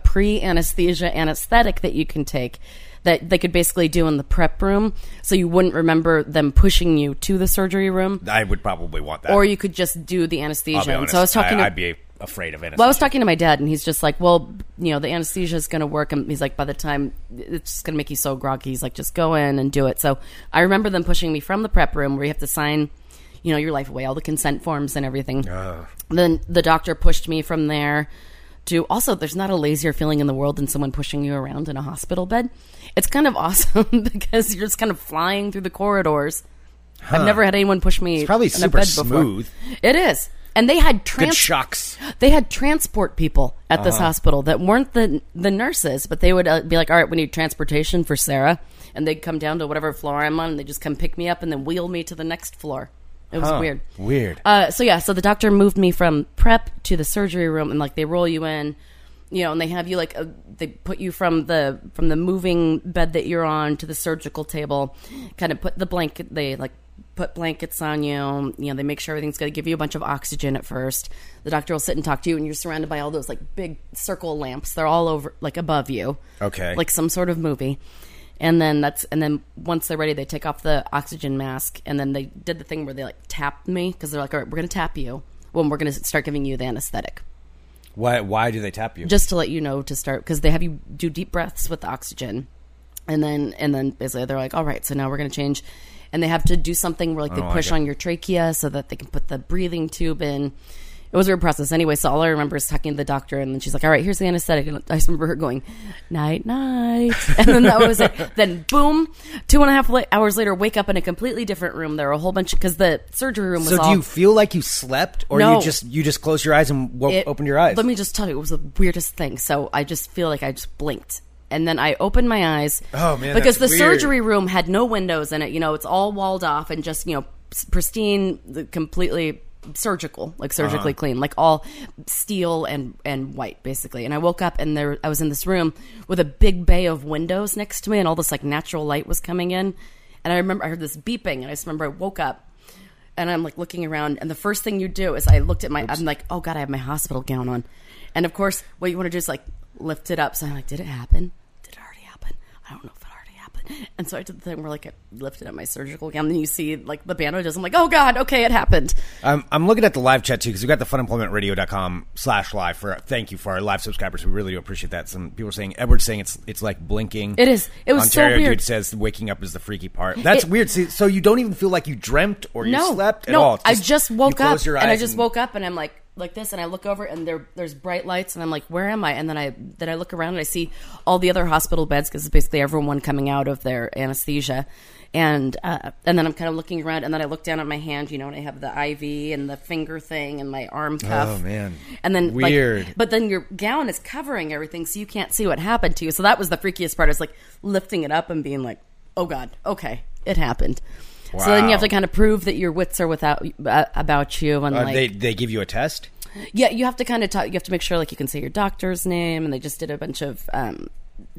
Speaker 2: pre-anesthesia anesthetic that you can take that they could basically do in the prep room, so you wouldn't remember them pushing you to the surgery room,
Speaker 1: I would probably want that.
Speaker 2: or you could just do the
Speaker 1: I'll be
Speaker 2: anesthesia. And
Speaker 1: honest.
Speaker 2: so I was talking.
Speaker 1: I,
Speaker 2: to,
Speaker 1: would be afraid of it.
Speaker 2: well, I was talking to my dad, and he's just like, "Well, you know, the anesthesia is going to work." And he's like, "By the time it's just going to make you so groggy." He's like, "Just go in and do it." So I remember them pushing me from the prep room where you have to sign, you know, your life away, all the consent forms and everything. Then the doctor pushed me from there to also. There's not a lazier feeling in the world than someone pushing you around in a hospital bed. It's kind of awesome because you're just kind of flying through the corridors. I've never had anyone push me.
Speaker 1: probably
Speaker 2: in a
Speaker 1: super
Speaker 2: bed before.
Speaker 1: smooth.
Speaker 2: It is. And they had
Speaker 1: Good Uh-huh.
Speaker 2: trans-
Speaker 1: shocks.
Speaker 2: they had transport people at this hospital that weren't the the nurses, but they would uh, be like, "All right, we need transportation for Sarah," and they'd come down to whatever floor I'm on, and they just come pick me up and then wheel me to the next floor. It was
Speaker 1: Huh.
Speaker 2: weird.
Speaker 1: Weird.
Speaker 2: Uh, so yeah, so the doctor moved me from prep to the surgery room, and like they roll you in, you know, and they have you like uh, they put you from the from the moving bed that you're on to the surgical table, kind of put the blanket. They like put blankets on you. You know, they make sure everything's going to give you a bunch of oxygen at first. The doctor will sit and talk to you, and you're surrounded by all those like big circle lamps. They're all over like above you.
Speaker 1: Okay.
Speaker 2: like some sort of movie. And then that's and then once they're ready, they take off the oxygen mask, and then they did the thing where they like tapped me because they're like, "All right, we're gonna tap you when we're gonna start giving you the anesthetic,
Speaker 1: why, why do they tap you?
Speaker 2: just to let you know to start because they have you do deep breaths with the oxygen, and then and then basically they're like, "All right, so now we're gonna change," and they have to do something where like they
Speaker 1: don't
Speaker 2: push
Speaker 1: like it.
Speaker 2: on your trachea so that they can put the breathing tube in. It was a weird process anyway. So all I remember is talking to the doctor, and then she's like, "All right, here's the anesthetic." And I just remember her going, "Night, night," and then that was it. Then boom, two and a half la- hours later, wake up in a completely different room. There were a whole bunch because the surgery room was
Speaker 1: so do
Speaker 2: all.
Speaker 1: you feel like you slept or
Speaker 2: No.
Speaker 1: you just you just closed your eyes and woke,
Speaker 2: It-
Speaker 1: opened your eyes?
Speaker 2: Let me just tell you, it was the weirdest thing. So I just feel like I just blinked. And then I opened my eyes.
Speaker 1: Oh, man,
Speaker 2: Because
Speaker 1: that's
Speaker 2: the
Speaker 1: weird.
Speaker 2: surgery room had no windows in it. You know, it's all walled off and just you know s- pristine, the- completely surgical, like surgically
Speaker 1: Uh-huh.
Speaker 2: clean, like all steel and and white basically. And I woke up and there I was in this room with a big bay of windows next to me, and all this like natural light was coming in. And I remember I heard this beeping, and I just remember I woke up. And I'm like looking around, and the first thing you do is I looked at my. I'm like, oh god, I have my hospital gown on, and of course, what you want to do is like lift it up. So I'm like, did it happen? Did it already happen? I don't know if it already happened. And so I did the thing where like I lifted up my surgical gown, and you see like the bandages. I'm like, oh god, okay, it happened.
Speaker 1: I'm, I'm looking at the live chat too because we got the funemploymentradio.com slash live for thank you for our live subscribers. We really do appreciate that. Some people are saying Edward's saying it's it's like blinking.
Speaker 2: It is. It was so
Speaker 1: Ontario
Speaker 2: weird.
Speaker 1: dude says waking up is the freaky part. That's
Speaker 2: It-
Speaker 1: weird. See, so you don't even feel like you dreamt or you
Speaker 2: no,
Speaker 1: slept at
Speaker 2: no,
Speaker 1: all. It's
Speaker 2: I just
Speaker 1: you
Speaker 2: woke
Speaker 1: close
Speaker 2: up,
Speaker 1: your
Speaker 2: and I
Speaker 1: eyes
Speaker 2: just woke up, and I'm like like this, and I look over, and there there's bright lights, and I'm like, where am I? And then I then I look around, and I see all the other hospital beds because it's basically everyone coming out of their anesthesia. And uh, and then I'm kind of looking around, and then I look down at my hand, you know, and I have the IV and the finger thing and my arm cuff.
Speaker 1: Oh, man.
Speaker 2: And then like,
Speaker 1: Weird.
Speaker 2: but then your gown is covering everything, so you can't see what happened to you. So that was the freakiest part. Is like lifting it up and being like, "Oh God, okay, it happened." So then you have
Speaker 1: Wow.
Speaker 2: to kind of prove that your wits are without uh, about you, and
Speaker 1: Uh,
Speaker 2: like
Speaker 1: they they give you a test.
Speaker 2: yeah, you have to kind of talk. You have to make sure like you can say your doctor's name, and they just did a bunch of um,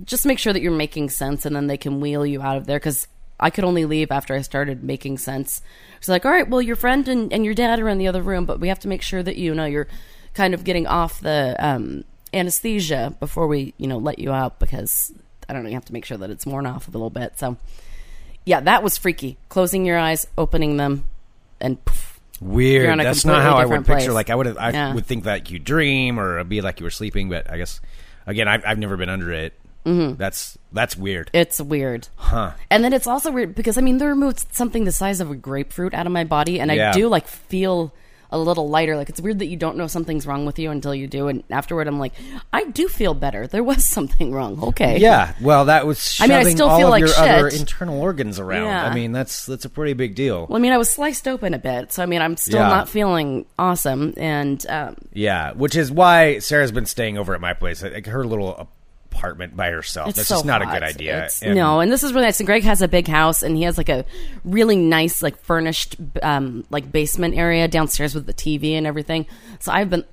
Speaker 2: just make sure that you're making sense, and then they can wheel you out of there because. I could only leave after I started making sense. It's like, all right, well, your friend and, and your dad are in the other room, but we have to make sure that you know you're kind of getting off the um, anesthesia before we, you know, let you out because I don't know, you have to make sure that it's worn off a little bit. So, yeah, that was freaky. Closing your eyes, opening them, and poof,
Speaker 1: Weird.
Speaker 2: You're on a
Speaker 1: That's not
Speaker 2: completely
Speaker 1: how I would
Speaker 2: different
Speaker 1: picture.
Speaker 2: place.
Speaker 1: Like I would I
Speaker 2: Yeah.
Speaker 1: would think that you dream or it'd be like you were sleeping, but I guess again I've, I've never been under it. Mm-hmm. That's that's weird.
Speaker 2: It's weird. Huh. And then it's also weird because I mean they removed something the size of a grapefruit out of my body and
Speaker 1: Yeah.
Speaker 2: I do like feel a little lighter. Like it's weird that you don't know something's wrong with you until you do and afterward I'm like, I do feel better. There was something wrong. Okay.
Speaker 1: yeah. Well, that was
Speaker 2: I
Speaker 1: shoving
Speaker 2: mean, I still
Speaker 1: all
Speaker 2: feel
Speaker 1: of
Speaker 2: like
Speaker 1: your other
Speaker 2: shit.
Speaker 1: internal organs around.
Speaker 2: Yeah.
Speaker 1: I mean, that's that's a pretty big deal.
Speaker 2: Well, I mean, I was sliced open a bit, so I mean, I'm still
Speaker 1: Yeah.
Speaker 2: not feeling awesome. And um,
Speaker 1: Yeah, which is why Sarah's been staying over at my place, like her little apartment by herself.
Speaker 2: It's
Speaker 1: That's
Speaker 2: so
Speaker 1: just not
Speaker 2: hot.
Speaker 1: a good idea.
Speaker 2: It's- no, and this is really nice. And Greg has a big house, and he has like a really nice, like furnished, um, like basement area downstairs with the TV and everything. So I've been.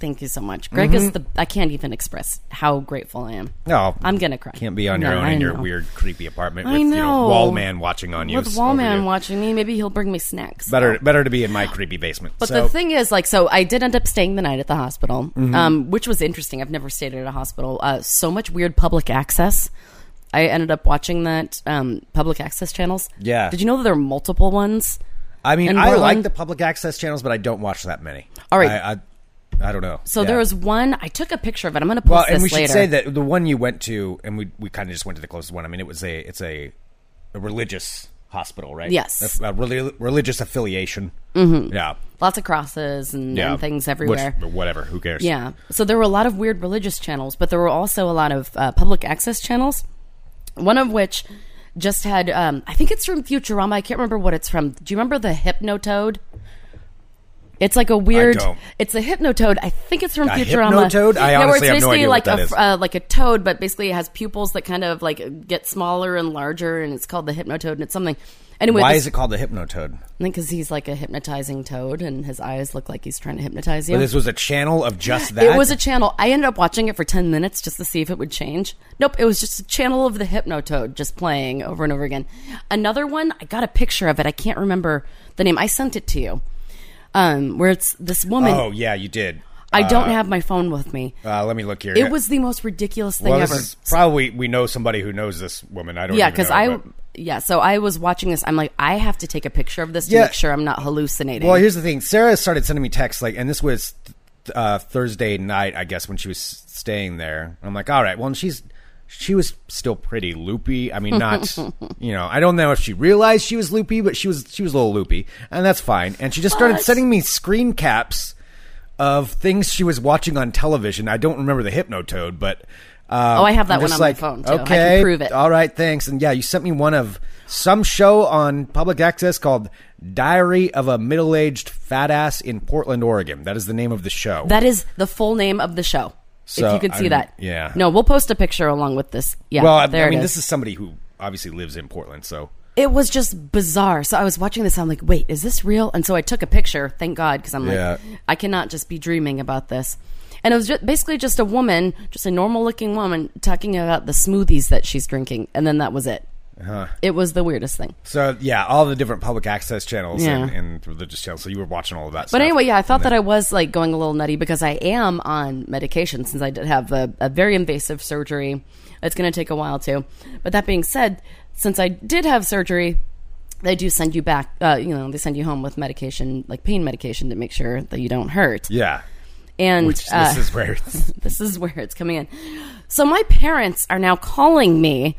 Speaker 2: Thank you so much, Greg. Is
Speaker 1: Mm-hmm.
Speaker 2: the I can't even express how grateful I am.
Speaker 1: no,
Speaker 2: I'm gonna cry.
Speaker 1: Can't be on your
Speaker 2: No,
Speaker 1: own
Speaker 2: I
Speaker 1: in your
Speaker 2: know.
Speaker 1: weird, creepy apartment
Speaker 2: I
Speaker 1: with you know
Speaker 2: know.
Speaker 1: wall man watching on you.
Speaker 2: With
Speaker 1: It's
Speaker 2: Wallman
Speaker 1: overdue.
Speaker 2: watching me, maybe he'll bring me snacks.
Speaker 1: Better, better to be in my creepy basement.
Speaker 2: But
Speaker 1: So- Mm-hmm.
Speaker 2: the thing is, like, so I did end up staying the night at the hospital, um, which was interesting. I've never stayed at a hospital. Uh, so much weird public access. I ended up watching that um, public access channels.
Speaker 1: Yeah.
Speaker 2: Did you know that there are multiple ones?
Speaker 1: I mean,
Speaker 2: in
Speaker 1: I like
Speaker 2: Portland-
Speaker 1: the public access channels, but I don't watch that many.
Speaker 2: All right.
Speaker 1: I, I, I don't know.
Speaker 2: So
Speaker 1: Yeah.
Speaker 2: there was one. I took a picture of it. I'm going to post
Speaker 1: Well,
Speaker 2: this
Speaker 1: and we
Speaker 2: later.
Speaker 1: should say that the one you went to, and we we kind of just went to the closest one. I mean, it was a it's a, a religious hospital, right?
Speaker 2: Yes.
Speaker 1: a, a reli- religious affiliation. Mm-hmm. Yeah,
Speaker 2: Lots of crosses and,
Speaker 1: yeah,
Speaker 2: and things
Speaker 1: Which-
Speaker 2: everywhere.
Speaker 1: whatever, who cares?
Speaker 2: Yeah. So there were a lot of weird religious channels, but there were also a lot of uh, public access channels. One of which just had, um, I think it's from Futurama. I can't remember what it's from. Do you remember the Hypnotoad? It's like a weird.
Speaker 1: don't.
Speaker 2: It's a hypnotoad. I think it's from
Speaker 1: A
Speaker 2: Futurama.
Speaker 1: hypnotoad? I
Speaker 2: yeah, where
Speaker 1: honestly
Speaker 2: it's
Speaker 1: have no
Speaker 2: basically
Speaker 1: idea what
Speaker 2: like
Speaker 1: that
Speaker 2: a
Speaker 1: is.
Speaker 2: fr- uh, like a toad, but basically it has pupils that kind of like get smaller and larger, and it's called the hypnotoad, and it's something. Anyway,
Speaker 1: Why
Speaker 2: this,
Speaker 1: is it called the Hypnotoad?
Speaker 2: I think because he's like a hypnotizing toad, and his eyes look like he's trying to hypnotize you.
Speaker 1: But this was a channel of just that.
Speaker 2: It was a channel. I ended up watching it for 10 minutes just to see if it would change. Nope, it was just a channel of the Hypnotoad just playing over and over again. Another one, I got a picture of it. I can't remember the name. I sent it to you. Um, where it's this woman.
Speaker 1: Oh yeah, you did.
Speaker 2: I don't
Speaker 1: Uh,
Speaker 2: have my phone with me.
Speaker 1: Uh, let me look here.
Speaker 2: It was the most ridiculous thing
Speaker 1: well, this
Speaker 2: ever.
Speaker 1: is probably we know somebody who knows this woman. I don't.
Speaker 2: yeah,
Speaker 1: because
Speaker 2: because I. Yeah, so I was watching this. I'm like, I have to take a picture of this to
Speaker 1: Yeah.
Speaker 2: make sure I'm not hallucinating.
Speaker 1: Well, here's the thing. Sarah started sending me texts like, and this was uh, Thursday night, I guess, when she was staying there. I'm like, all right. Well, and she's she was still pretty loopy. I mean, not you know, I don't know if she realized she was loopy, but she was she was a little loopy, and that's fine. And she just started
Speaker 2: What?
Speaker 1: sending me screen caps of things she was watching on television. I don't remember the Hypnotoad, but. Um,
Speaker 2: Oh, I have that one
Speaker 1: just
Speaker 2: on my phone, too. I can
Speaker 1: Okay,
Speaker 2: prove it.
Speaker 1: All right, thanks. And yeah, you sent me one of some show on public access called Diary of a Middle Aged Fat Ass in Portland, Oregon. That is the name of the show.
Speaker 2: that is the full name of the show.
Speaker 1: So,
Speaker 2: if you can see
Speaker 1: I'm-
Speaker 2: that.
Speaker 1: yeah.
Speaker 2: No, we'll post a picture along with this. Yeah.
Speaker 1: well, I,
Speaker 2: there
Speaker 1: I
Speaker 2: it
Speaker 1: mean, this is somebody who obviously lives in Portland, so
Speaker 2: it was just bizarre. So I was watching this. I'm like, wait, is this real? And so I took a picture. Thank God, because I'm
Speaker 1: Yeah.
Speaker 2: like, I cannot just be dreaming about this. And it was just, basically just a woman, just a normal looking woman, talking about the smoothies that she's drinking, and then that was it. It was the weirdest thing.
Speaker 1: So yeah, all the different public access channels
Speaker 2: Yeah.
Speaker 1: and, and religious channels. So you were watching all of that.
Speaker 2: But anyway, yeah, I thought that I was like going a little nutty because I am on medication since I did have a, a very invasive surgery. It's going to take a while too. But that being said, since I did have surgery, they do send you back. Uh, you know, they send you home with medication, like pain medication, to make sure that you don't hurt.
Speaker 1: yeah,
Speaker 2: And
Speaker 1: which
Speaker 2: uh,
Speaker 1: this is where it's,
Speaker 2: this is where it's coming in. So my parents are now calling me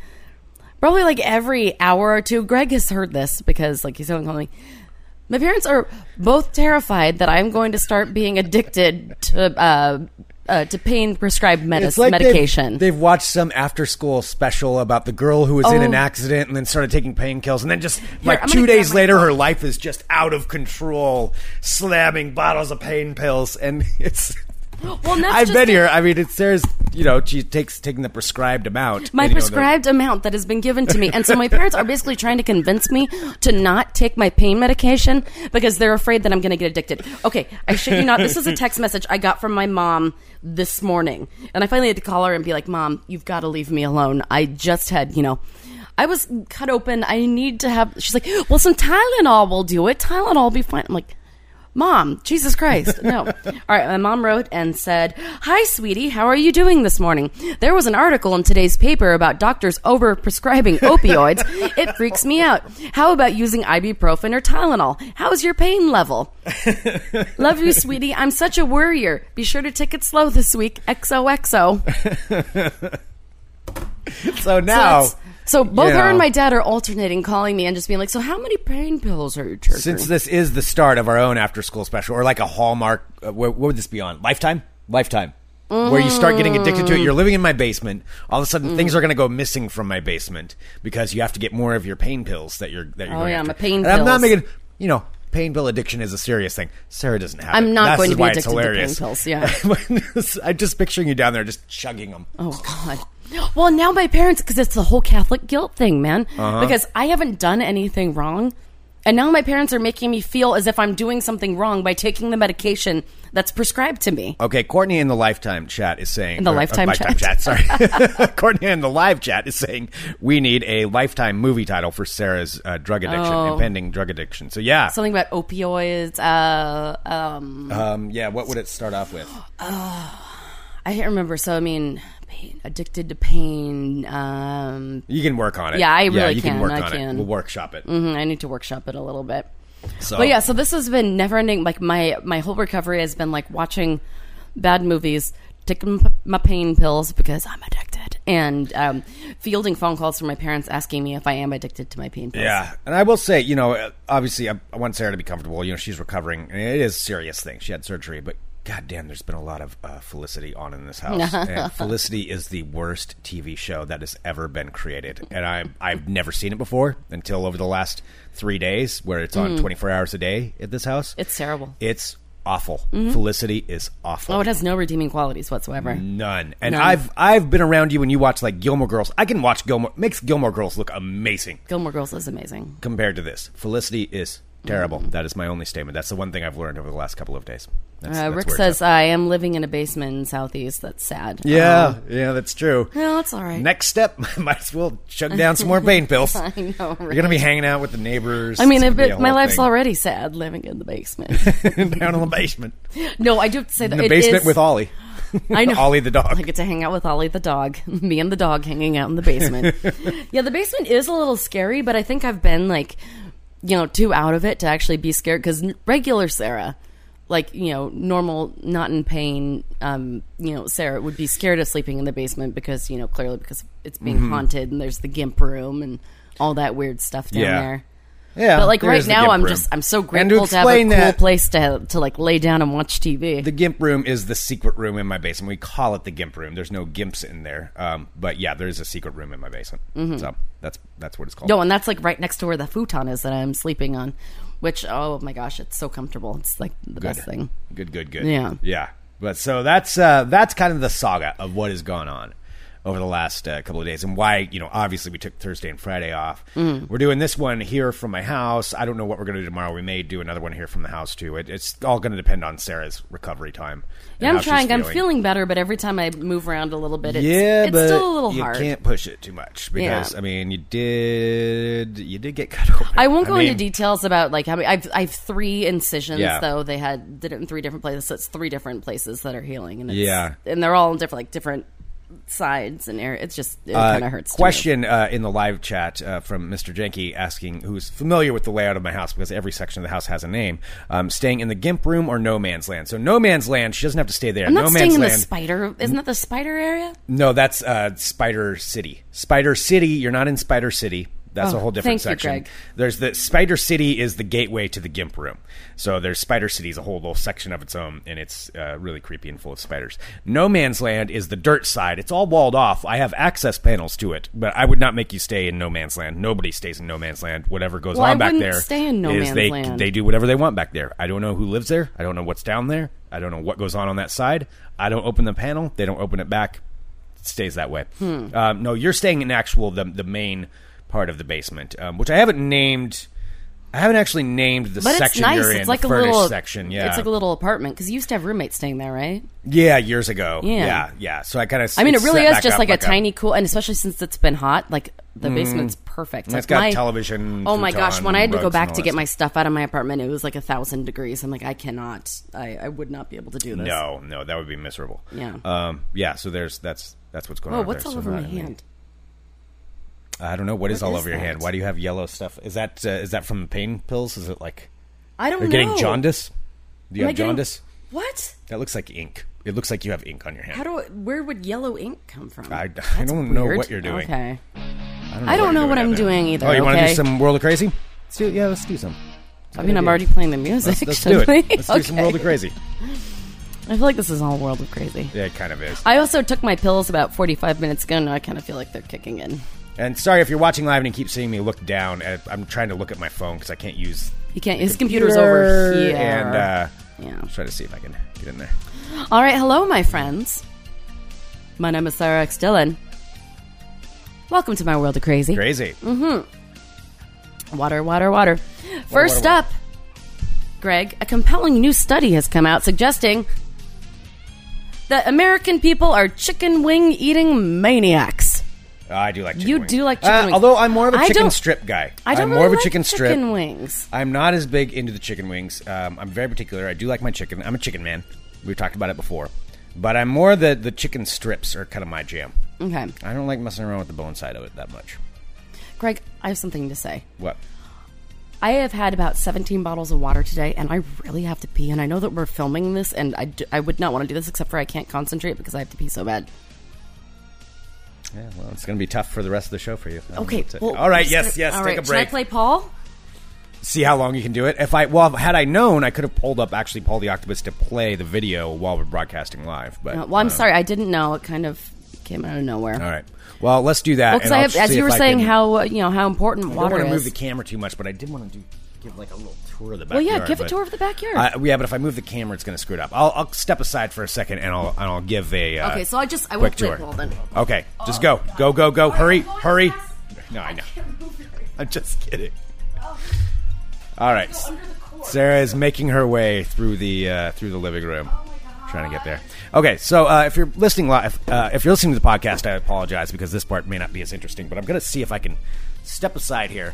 Speaker 2: probably like every hour or two. Greg has heard this because like he's only calling me. My parents are both terrified that I'm going to start being addicted to uh, uh, to pain prescribed medis-
Speaker 1: it's like they've-
Speaker 2: medication.
Speaker 1: They've, watched some after school special about the girl who was in
Speaker 2: Oh.
Speaker 1: an accident and then started taking painkillers, and then just like
Speaker 2: I'm
Speaker 1: two
Speaker 2: gonna grab
Speaker 1: days
Speaker 2: my
Speaker 1: later, her life is just out of control, slamming bottles of pain pills, and it's.
Speaker 2: well, and that's
Speaker 1: I've
Speaker 2: just
Speaker 1: been
Speaker 2: it.
Speaker 1: here. I mean, it's there's you know she takes taking the prescribed amount. and, you
Speaker 2: My
Speaker 1: know, the-
Speaker 2: prescribed amount that has been given to me. And so my parents are basically trying to convince me to not take my pain medication because they're afraid that I'm going to get addicted. Okay, I shit you not. This is a text message I got from my mom this morning. And I finally had to call her and be like, Mom, you've got to leave me alone. I just had, you know. I was cut open. I need to have. She's like, well, some Tylenol will do it. Tylenol will be fine. I'm like, Mom, Jesus Christ. No. All right, my mom wrote and said, Hi, sweetie, how are you doing this morning? There was an article in today's paper about doctors over prescribing opioids. It freaks me out. How about using ibuprofen or Tylenol? How's your pain level? Love you, sweetie. I'm such a worrier. Be sure to take it slow this week. XOXO. So
Speaker 1: So now,
Speaker 2: it's- So both
Speaker 1: you
Speaker 2: her and
Speaker 1: know.
Speaker 2: my dad are alternating calling me and just being like, So how many pain pills are you taking?
Speaker 1: since this is the start of our own after school special, or like a Hallmark, uh, wh- what would this be on? Lifetime? Lifetime. Where you start getting addicted to it. You're living in my basement. All of a sudden, things are going to go missing from my basement because you have to get more of your pain pills that you're that you're.
Speaker 2: Oh,
Speaker 1: going
Speaker 2: yeah,
Speaker 1: after.
Speaker 2: my pain
Speaker 1: And I'm not
Speaker 2: pills.
Speaker 1: making you know pain pill addiction is a serious thing. Sarah doesn't have.
Speaker 2: I'm
Speaker 1: it.
Speaker 2: not
Speaker 1: That's
Speaker 2: going to be
Speaker 1: why
Speaker 2: addicted to pain
Speaker 1: it's
Speaker 2: pills,
Speaker 1: hilarious. I'm just picturing you down there just chugging them.
Speaker 2: Oh God. Well, now my parents, because it's the whole Catholic guilt thing, man. Because I haven't done anything wrong, and now my parents are making me feel as if I'm doing something wrong by taking the medication that's prescribed to me.
Speaker 1: Okay, Courtney in the lifetime chat is saying
Speaker 2: In the
Speaker 1: or, uh,
Speaker 2: Lifetime chat.
Speaker 1: sorry, Courtney in the live chat is saying we need a lifetime movie title for Sarah's uh, drug addiction,
Speaker 2: Oh.
Speaker 1: impending drug addiction. So yeah,
Speaker 2: Something about opioids. Uh, um,
Speaker 1: um, yeah. What would it start off with?
Speaker 2: I can't remember. So I mean, pain, addicted to pain. Um,
Speaker 1: You can work on it.
Speaker 2: Yeah, I really
Speaker 1: you
Speaker 2: can.
Speaker 1: work
Speaker 2: I
Speaker 1: on it.
Speaker 2: can.
Speaker 1: We'll workshop it.
Speaker 2: mhm, I need to workshop it a little bit.
Speaker 1: So
Speaker 2: But yeah, so this has been never ending. Like my my whole recovery has been like watching bad movies, taking p- my pain pills because I'm addicted, and um, fielding phone calls from my parents asking me if I am addicted to my pain pills.
Speaker 1: Yeah, and I will say, you know, uh, obviously, I, I want Sarah to be comfortable. You know, she's recovering, and it is a serious thing. She had surgery, but goddamn, there's been a lot of uh, Felicity on in this house. and Felicity is the worst TV show that has ever been created, and I I've never seen it before until over the last three days, where it's on 24 hours a day at this house.
Speaker 2: Mm. It's terrible.
Speaker 1: It's awful. Felicity is awful.
Speaker 2: Oh, it has no redeeming qualities whatsoever.
Speaker 1: None. And
Speaker 2: None.
Speaker 1: I've I've been around you when you watch like Gilmore Girls. I can watch Gilmore makes Gilmore Girls look amazing
Speaker 2: Gilmore Girls is amazing.
Speaker 1: compared to this. Felicity is terrible. That is my only statement. That's the one thing I've learned over the last couple of days. That's,
Speaker 2: Uh,
Speaker 1: that's
Speaker 2: Rick
Speaker 1: where it's
Speaker 2: says
Speaker 1: at.
Speaker 2: I am living in a basement in Southeast. That's sad.
Speaker 1: yeah,
Speaker 2: Um,
Speaker 1: yeah, that's true.
Speaker 2: no, it's all right.
Speaker 1: Next step, might as well chug down some more pain pills.
Speaker 2: I know,
Speaker 1: You're
Speaker 2: right?
Speaker 1: gonna be hanging out with the neighbors.
Speaker 2: I mean,
Speaker 1: It's
Speaker 2: if
Speaker 1: gonna be
Speaker 2: it,
Speaker 1: a
Speaker 2: my
Speaker 1: whole
Speaker 2: life's
Speaker 1: thing.
Speaker 2: already sad living in the basement.
Speaker 1: down in the basement,
Speaker 2: no, I do have to say that
Speaker 1: in the
Speaker 2: it
Speaker 1: basement
Speaker 2: is-
Speaker 1: with Ollie.
Speaker 2: I know.
Speaker 1: Ollie the dog.
Speaker 2: I get to hang out with Ollie the dog. Me and the dog hanging out in the basement. yeah, the basement is a little scary, but I think I've been like, you know, too out of it to actually be scared because regular Sarah, like you know, normal, not in pain, um, you know, Sarah would be scared of sleeping in the basement because you know clearly because it's being
Speaker 1: Mm-hmm.
Speaker 2: haunted and there's the gimp room and all that weird stuff down
Speaker 1: Yeah.
Speaker 2: there.
Speaker 1: yeah,
Speaker 2: But like
Speaker 1: there
Speaker 2: right
Speaker 1: is the
Speaker 2: now,
Speaker 1: gimp
Speaker 2: I'm
Speaker 1: room.
Speaker 2: just I'm so
Speaker 1: And to
Speaker 2: grateful to have a
Speaker 1: explain
Speaker 2: cool
Speaker 1: that,
Speaker 2: place to to like lay down and watch TV.
Speaker 1: The gimp room is the secret room in my basement. We call it the gimp room. There's no gimps in there, um, but yeah, there is a secret room in my basement. So that's that's what it's called.
Speaker 2: Mm-hmm. No, and that's like right next to where the futon is that I'm sleeping on, which oh my gosh, it's so comfortable. It's like the
Speaker 1: good.
Speaker 2: best thing.
Speaker 1: Good, good, good.
Speaker 2: Yeah.
Speaker 1: yeah. But so that's uh, that's kind of the saga of what has gone on. over the last uh, couple of days, and why you know obviously we took Thursday and Friday off.
Speaker 2: Mm.
Speaker 1: We're doing this one here from my house. I don't know what we're going to do tomorrow. We may do another one here from the house too. It, it's all going to depend on Sarah's recovery time. and
Speaker 2: Yeah, I'm
Speaker 1: how she's
Speaker 2: trying. I'm feeling better, but every time I move around a little bit, it's,
Speaker 1: yeah,
Speaker 2: it's
Speaker 1: but
Speaker 2: still a little
Speaker 1: you
Speaker 2: hard.
Speaker 1: can't push it too much because
Speaker 2: Yeah.
Speaker 1: I mean you did you did get cut open.
Speaker 2: I won't go
Speaker 1: mean,
Speaker 2: into details about like how many. I've I have three incisions
Speaker 1: Yeah.
Speaker 2: though. They had did it in three different places. So it's three different places that are healing, and it's,
Speaker 1: Yeah.
Speaker 2: and they're all in different like different sides and areas. It's just it kind
Speaker 1: Uh,
Speaker 2: of hurts. to me.
Speaker 1: question uh, in the live chat uh, from Mr. Jenke asking, who's familiar with the layout of my house because every section of the house has a name. Um, staying in the Gimp room or No Man's Land? So No Man's Land, she doesn't have to stay there.
Speaker 2: I'm not
Speaker 1: no
Speaker 2: staying
Speaker 1: Man's
Speaker 2: in the
Speaker 1: Land,
Speaker 2: spider. Isn't that the spider area?
Speaker 1: no, that's uh, Spider City. Spider City, you're not in Spider City. That's
Speaker 2: Oh,
Speaker 1: a whole different
Speaker 2: thank you,
Speaker 1: section.
Speaker 2: Greg.
Speaker 1: There's the Spider City is the gateway to the Gimp room. So there's Spider City is a whole little section of its own, and it's uh, really creepy and full of spiders. No Man's Land is the dirt side. It's all walled off. I have access panels to it, but I would not make you stay in No Man's Land. Nobody stays in No Man's Land. Whatever goes
Speaker 2: Well, I
Speaker 1: on back
Speaker 2: wouldn't
Speaker 1: there,
Speaker 2: stay in no
Speaker 1: is
Speaker 2: man's
Speaker 1: they
Speaker 2: land.
Speaker 1: they do whatever they want back there. I don't know who lives there. I don't know what's down there. I don't know what goes on on that side. I don't open the panel. They don't open it back stays that way. Um, no, you're staying in actual the the main part of the basement, um, which I haven't named. I haven't actually named the
Speaker 2: But it's
Speaker 1: section
Speaker 2: nice.
Speaker 1: you're in.
Speaker 2: It's like
Speaker 1: the
Speaker 2: a
Speaker 1: furnished
Speaker 2: little
Speaker 1: section. Yeah,
Speaker 2: it's like a little apartment because you used to have roommates staying there, right?
Speaker 1: yeah, years ago.
Speaker 2: Yeah.
Speaker 1: Yeah, yeah. So I kind of.
Speaker 2: I mean, it really is just like, a tiny cool, and especially since it's been hot, like the basement's perfect. Like
Speaker 1: Mm-hmm. it's got
Speaker 2: my-
Speaker 1: television,
Speaker 2: Oh my gosh!
Speaker 1: futon,
Speaker 2: When I had to go
Speaker 1: rugs, and
Speaker 2: back
Speaker 1: all
Speaker 2: to
Speaker 1: that
Speaker 2: get my
Speaker 1: stuff.
Speaker 2: stuff out of my apartment, it was like a thousand degrees. I'm like, I cannot. I, I would not be able to do this.
Speaker 1: No, no, that would be miserable.
Speaker 2: Yeah.
Speaker 1: Um. Yeah. So there's that's that's what's going
Speaker 2: Oh,
Speaker 1: on.
Speaker 2: what's
Speaker 1: there.
Speaker 2: all
Speaker 1: So
Speaker 2: over
Speaker 1: not
Speaker 2: my
Speaker 1: in the-
Speaker 2: hand?
Speaker 1: I don't know what is
Speaker 2: What
Speaker 1: all
Speaker 2: is
Speaker 1: over your hand.
Speaker 2: that?
Speaker 1: Why do you have yellow stuff? Is that uh, is that from pain pills? Is it like
Speaker 2: I don't
Speaker 1: you're
Speaker 2: know.
Speaker 1: getting jaundice? Do you
Speaker 2: Am I
Speaker 1: have
Speaker 2: getting-
Speaker 1: jaundice?
Speaker 2: What?
Speaker 1: That looks like ink. It looks like you have ink on your hand.
Speaker 2: How do? I, where would yellow ink come from?
Speaker 1: I- I
Speaker 2: That's
Speaker 1: don't know
Speaker 2: weird.
Speaker 1: what you're doing.
Speaker 2: Okay.
Speaker 1: don't
Speaker 2: I don't know
Speaker 1: you're
Speaker 2: what
Speaker 1: doing
Speaker 2: I'm
Speaker 1: out there.
Speaker 2: doing either,
Speaker 1: Oh, you want to
Speaker 2: okay?
Speaker 1: do some World of Crazy? Let's do yeah. Let's do some.
Speaker 2: I mean, I'm
Speaker 1: idea.
Speaker 2: already playing the music.
Speaker 1: Let's, let's do
Speaker 2: shouldn't
Speaker 1: it.
Speaker 2: we?
Speaker 1: Let's do some
Speaker 2: Okay.
Speaker 1: World of Crazy.
Speaker 2: I feel like this is all world of crazy.
Speaker 1: Yeah, it kind of is.
Speaker 2: I also took my pills about 45 minutes ago, and I kind of feel like they're kicking in.
Speaker 1: And sorry if you're watching live and you keep seeing me look down. At, I'm trying to look at my phone because I can't use.
Speaker 2: You can't. His computer's over here.
Speaker 1: And uh,
Speaker 2: yeah.
Speaker 1: try to see if I can get in there.
Speaker 2: All right, hello, my friends. My name is Sarah X Dillon. Welcome to my world of crazy.
Speaker 1: Crazy.
Speaker 2: Mm-hmm. Water, water, water. First
Speaker 1: water.
Speaker 2: up, Greg, a compelling new study has come out suggesting that American people are chicken wing eating maniacs.
Speaker 1: Uh, I do like. Chicken
Speaker 2: You
Speaker 1: wings.
Speaker 2: do like chicken
Speaker 1: Uh,
Speaker 2: wings.
Speaker 1: Although I'm more of a
Speaker 2: I
Speaker 1: chicken
Speaker 2: don't-
Speaker 1: strip guy.
Speaker 2: I don't
Speaker 1: am
Speaker 2: really
Speaker 1: more of a
Speaker 2: like
Speaker 1: chicken strip.
Speaker 2: chicken wings.
Speaker 1: I'm not as big into the chicken wings. Um, I'm very particular. I do like my chicken. I'm a chicken man. We've talked about it before. But I'm more the the chicken strips are kind of my jam.
Speaker 2: Okay,
Speaker 1: I don't like messing around with the bone side of it that much.
Speaker 2: Greg, I have something to say.
Speaker 1: What?
Speaker 2: I have had about 17 bottles of water today, and I really have to pee. And I know that we're filming this, and I, d- I would not want to do this except for I can't concentrate because I have to pee so bad.
Speaker 1: Yeah, well, it's going to be tough for the rest of the show for you. Um,
Speaker 2: Okay,
Speaker 1: that's it.
Speaker 2: well,
Speaker 1: all right.
Speaker 2: just
Speaker 1: Yes.
Speaker 2: gonna-
Speaker 1: Yes.
Speaker 2: all
Speaker 1: Take
Speaker 2: right,
Speaker 1: a
Speaker 2: Should I
Speaker 1: break.
Speaker 2: play Paul?
Speaker 1: See how long you can do it. If I well, had I known, I could have pulled up actually Paul the Octopus to play the video while we're broadcasting live. But
Speaker 2: No, well, I'm
Speaker 1: uh,
Speaker 2: sorry, I didn't know. It kind of came out of nowhere.
Speaker 1: All right. Well, let's do that.
Speaker 2: Well, 'cause
Speaker 1: and
Speaker 2: I
Speaker 1: I'll
Speaker 2: have, as
Speaker 1: see
Speaker 2: you
Speaker 1: if
Speaker 2: were
Speaker 1: I
Speaker 2: saying,
Speaker 1: can-
Speaker 2: how uh, you know how important
Speaker 1: I don't
Speaker 2: water
Speaker 1: want to move
Speaker 2: is.
Speaker 1: the camera too much, but I did want to do give like a little tour of the
Speaker 2: Well,
Speaker 1: backyard.
Speaker 2: yeah, give a
Speaker 1: but-
Speaker 2: tour of the backyard.
Speaker 1: Uh, yeah, but if I move the camera, it's going to screw it up. I'll, I'll step aside for a second and I'll and I'll give a uh,
Speaker 2: Okay, so I just- I
Speaker 1: quick
Speaker 2: won't play
Speaker 1: tour. Oh.
Speaker 2: Paul then.
Speaker 1: Okay, just go, go, go, go, hurry, hurry. No, I know. I'm just kidding. All right, Sarah is making her way through the uh, through the living room, trying to get there. Okay, so uh, if you're listening live, uh, if you're listening to the podcast, I apologize because this part may not be as interesting, but I'm going to see if I can step aside here.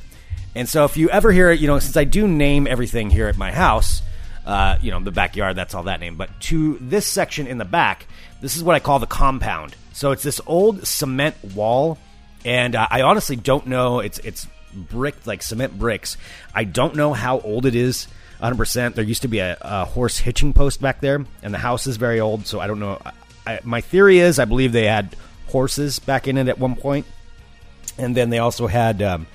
Speaker 1: And so, if you ever hear, you know, since I do name everything here at my house, uh, you know, the backyard, that's all that name. But to this section in the back, this is what I call the compound. So it's this old cement wall, and uh, I honestly don't know. It's it's brick like cement bricks. I don't know how old it is. 100%. There used to be a, a horse hitching post back there, and the house is very old. So I don't know. I, I, my theory is I believe they had horses back in it at one point and then they also had um,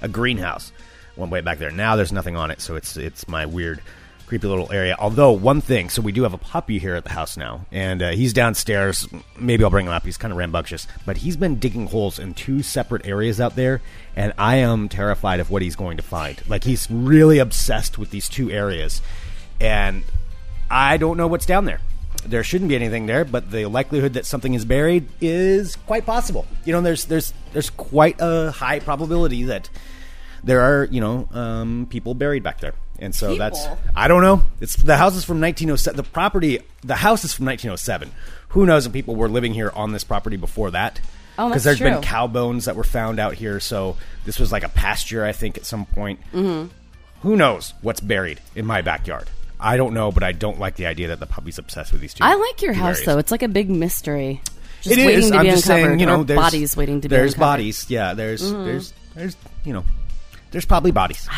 Speaker 1: a greenhouse one way back there. Now there's nothing on it, so it's it's my weird, creepy little area. Although one thing, so we do have a puppy here at the house now, and uh, he's downstairs. Maybe I'll bring him up. He's kind of rambunctious, but he's been digging holes in two separate areas out there, and I am terrified of what he's going to find. Like he's really obsessed with these two areas, and I don't know what's down there. there shouldn't be anything there, but the likelihood that something is buried is quite possible. You know, there's there's there's quite a high probability that there are you know um, people buried back there, and so that's
Speaker 2: People?
Speaker 1: I don't know. It's the house is from 1907. The property, the house is from 1907. Who knows if people were living here on this property before that?
Speaker 2: Oh, that's
Speaker 1: because there's been
Speaker 2: true.
Speaker 1: cow bones that were found out here, so this was like a pasture, I think, at some point.
Speaker 2: Mm-hmm.
Speaker 1: Who knows what's buried in my backyard? I don't know, but I don't like the idea that the puppy's obsessed with these two.
Speaker 2: I like your
Speaker 1: two
Speaker 2: house
Speaker 1: areas.
Speaker 2: though. It's like a big mystery. Just
Speaker 1: It is.
Speaker 2: waiting to
Speaker 1: I'm
Speaker 2: be
Speaker 1: just
Speaker 2: uncovered.
Speaker 1: saying, you know,
Speaker 2: or
Speaker 1: there's
Speaker 2: bodies waiting to be
Speaker 1: There's
Speaker 2: uncovered. Mm-hmm.
Speaker 1: bodies. Yeah, there's there's there's you know, there's probably bodies.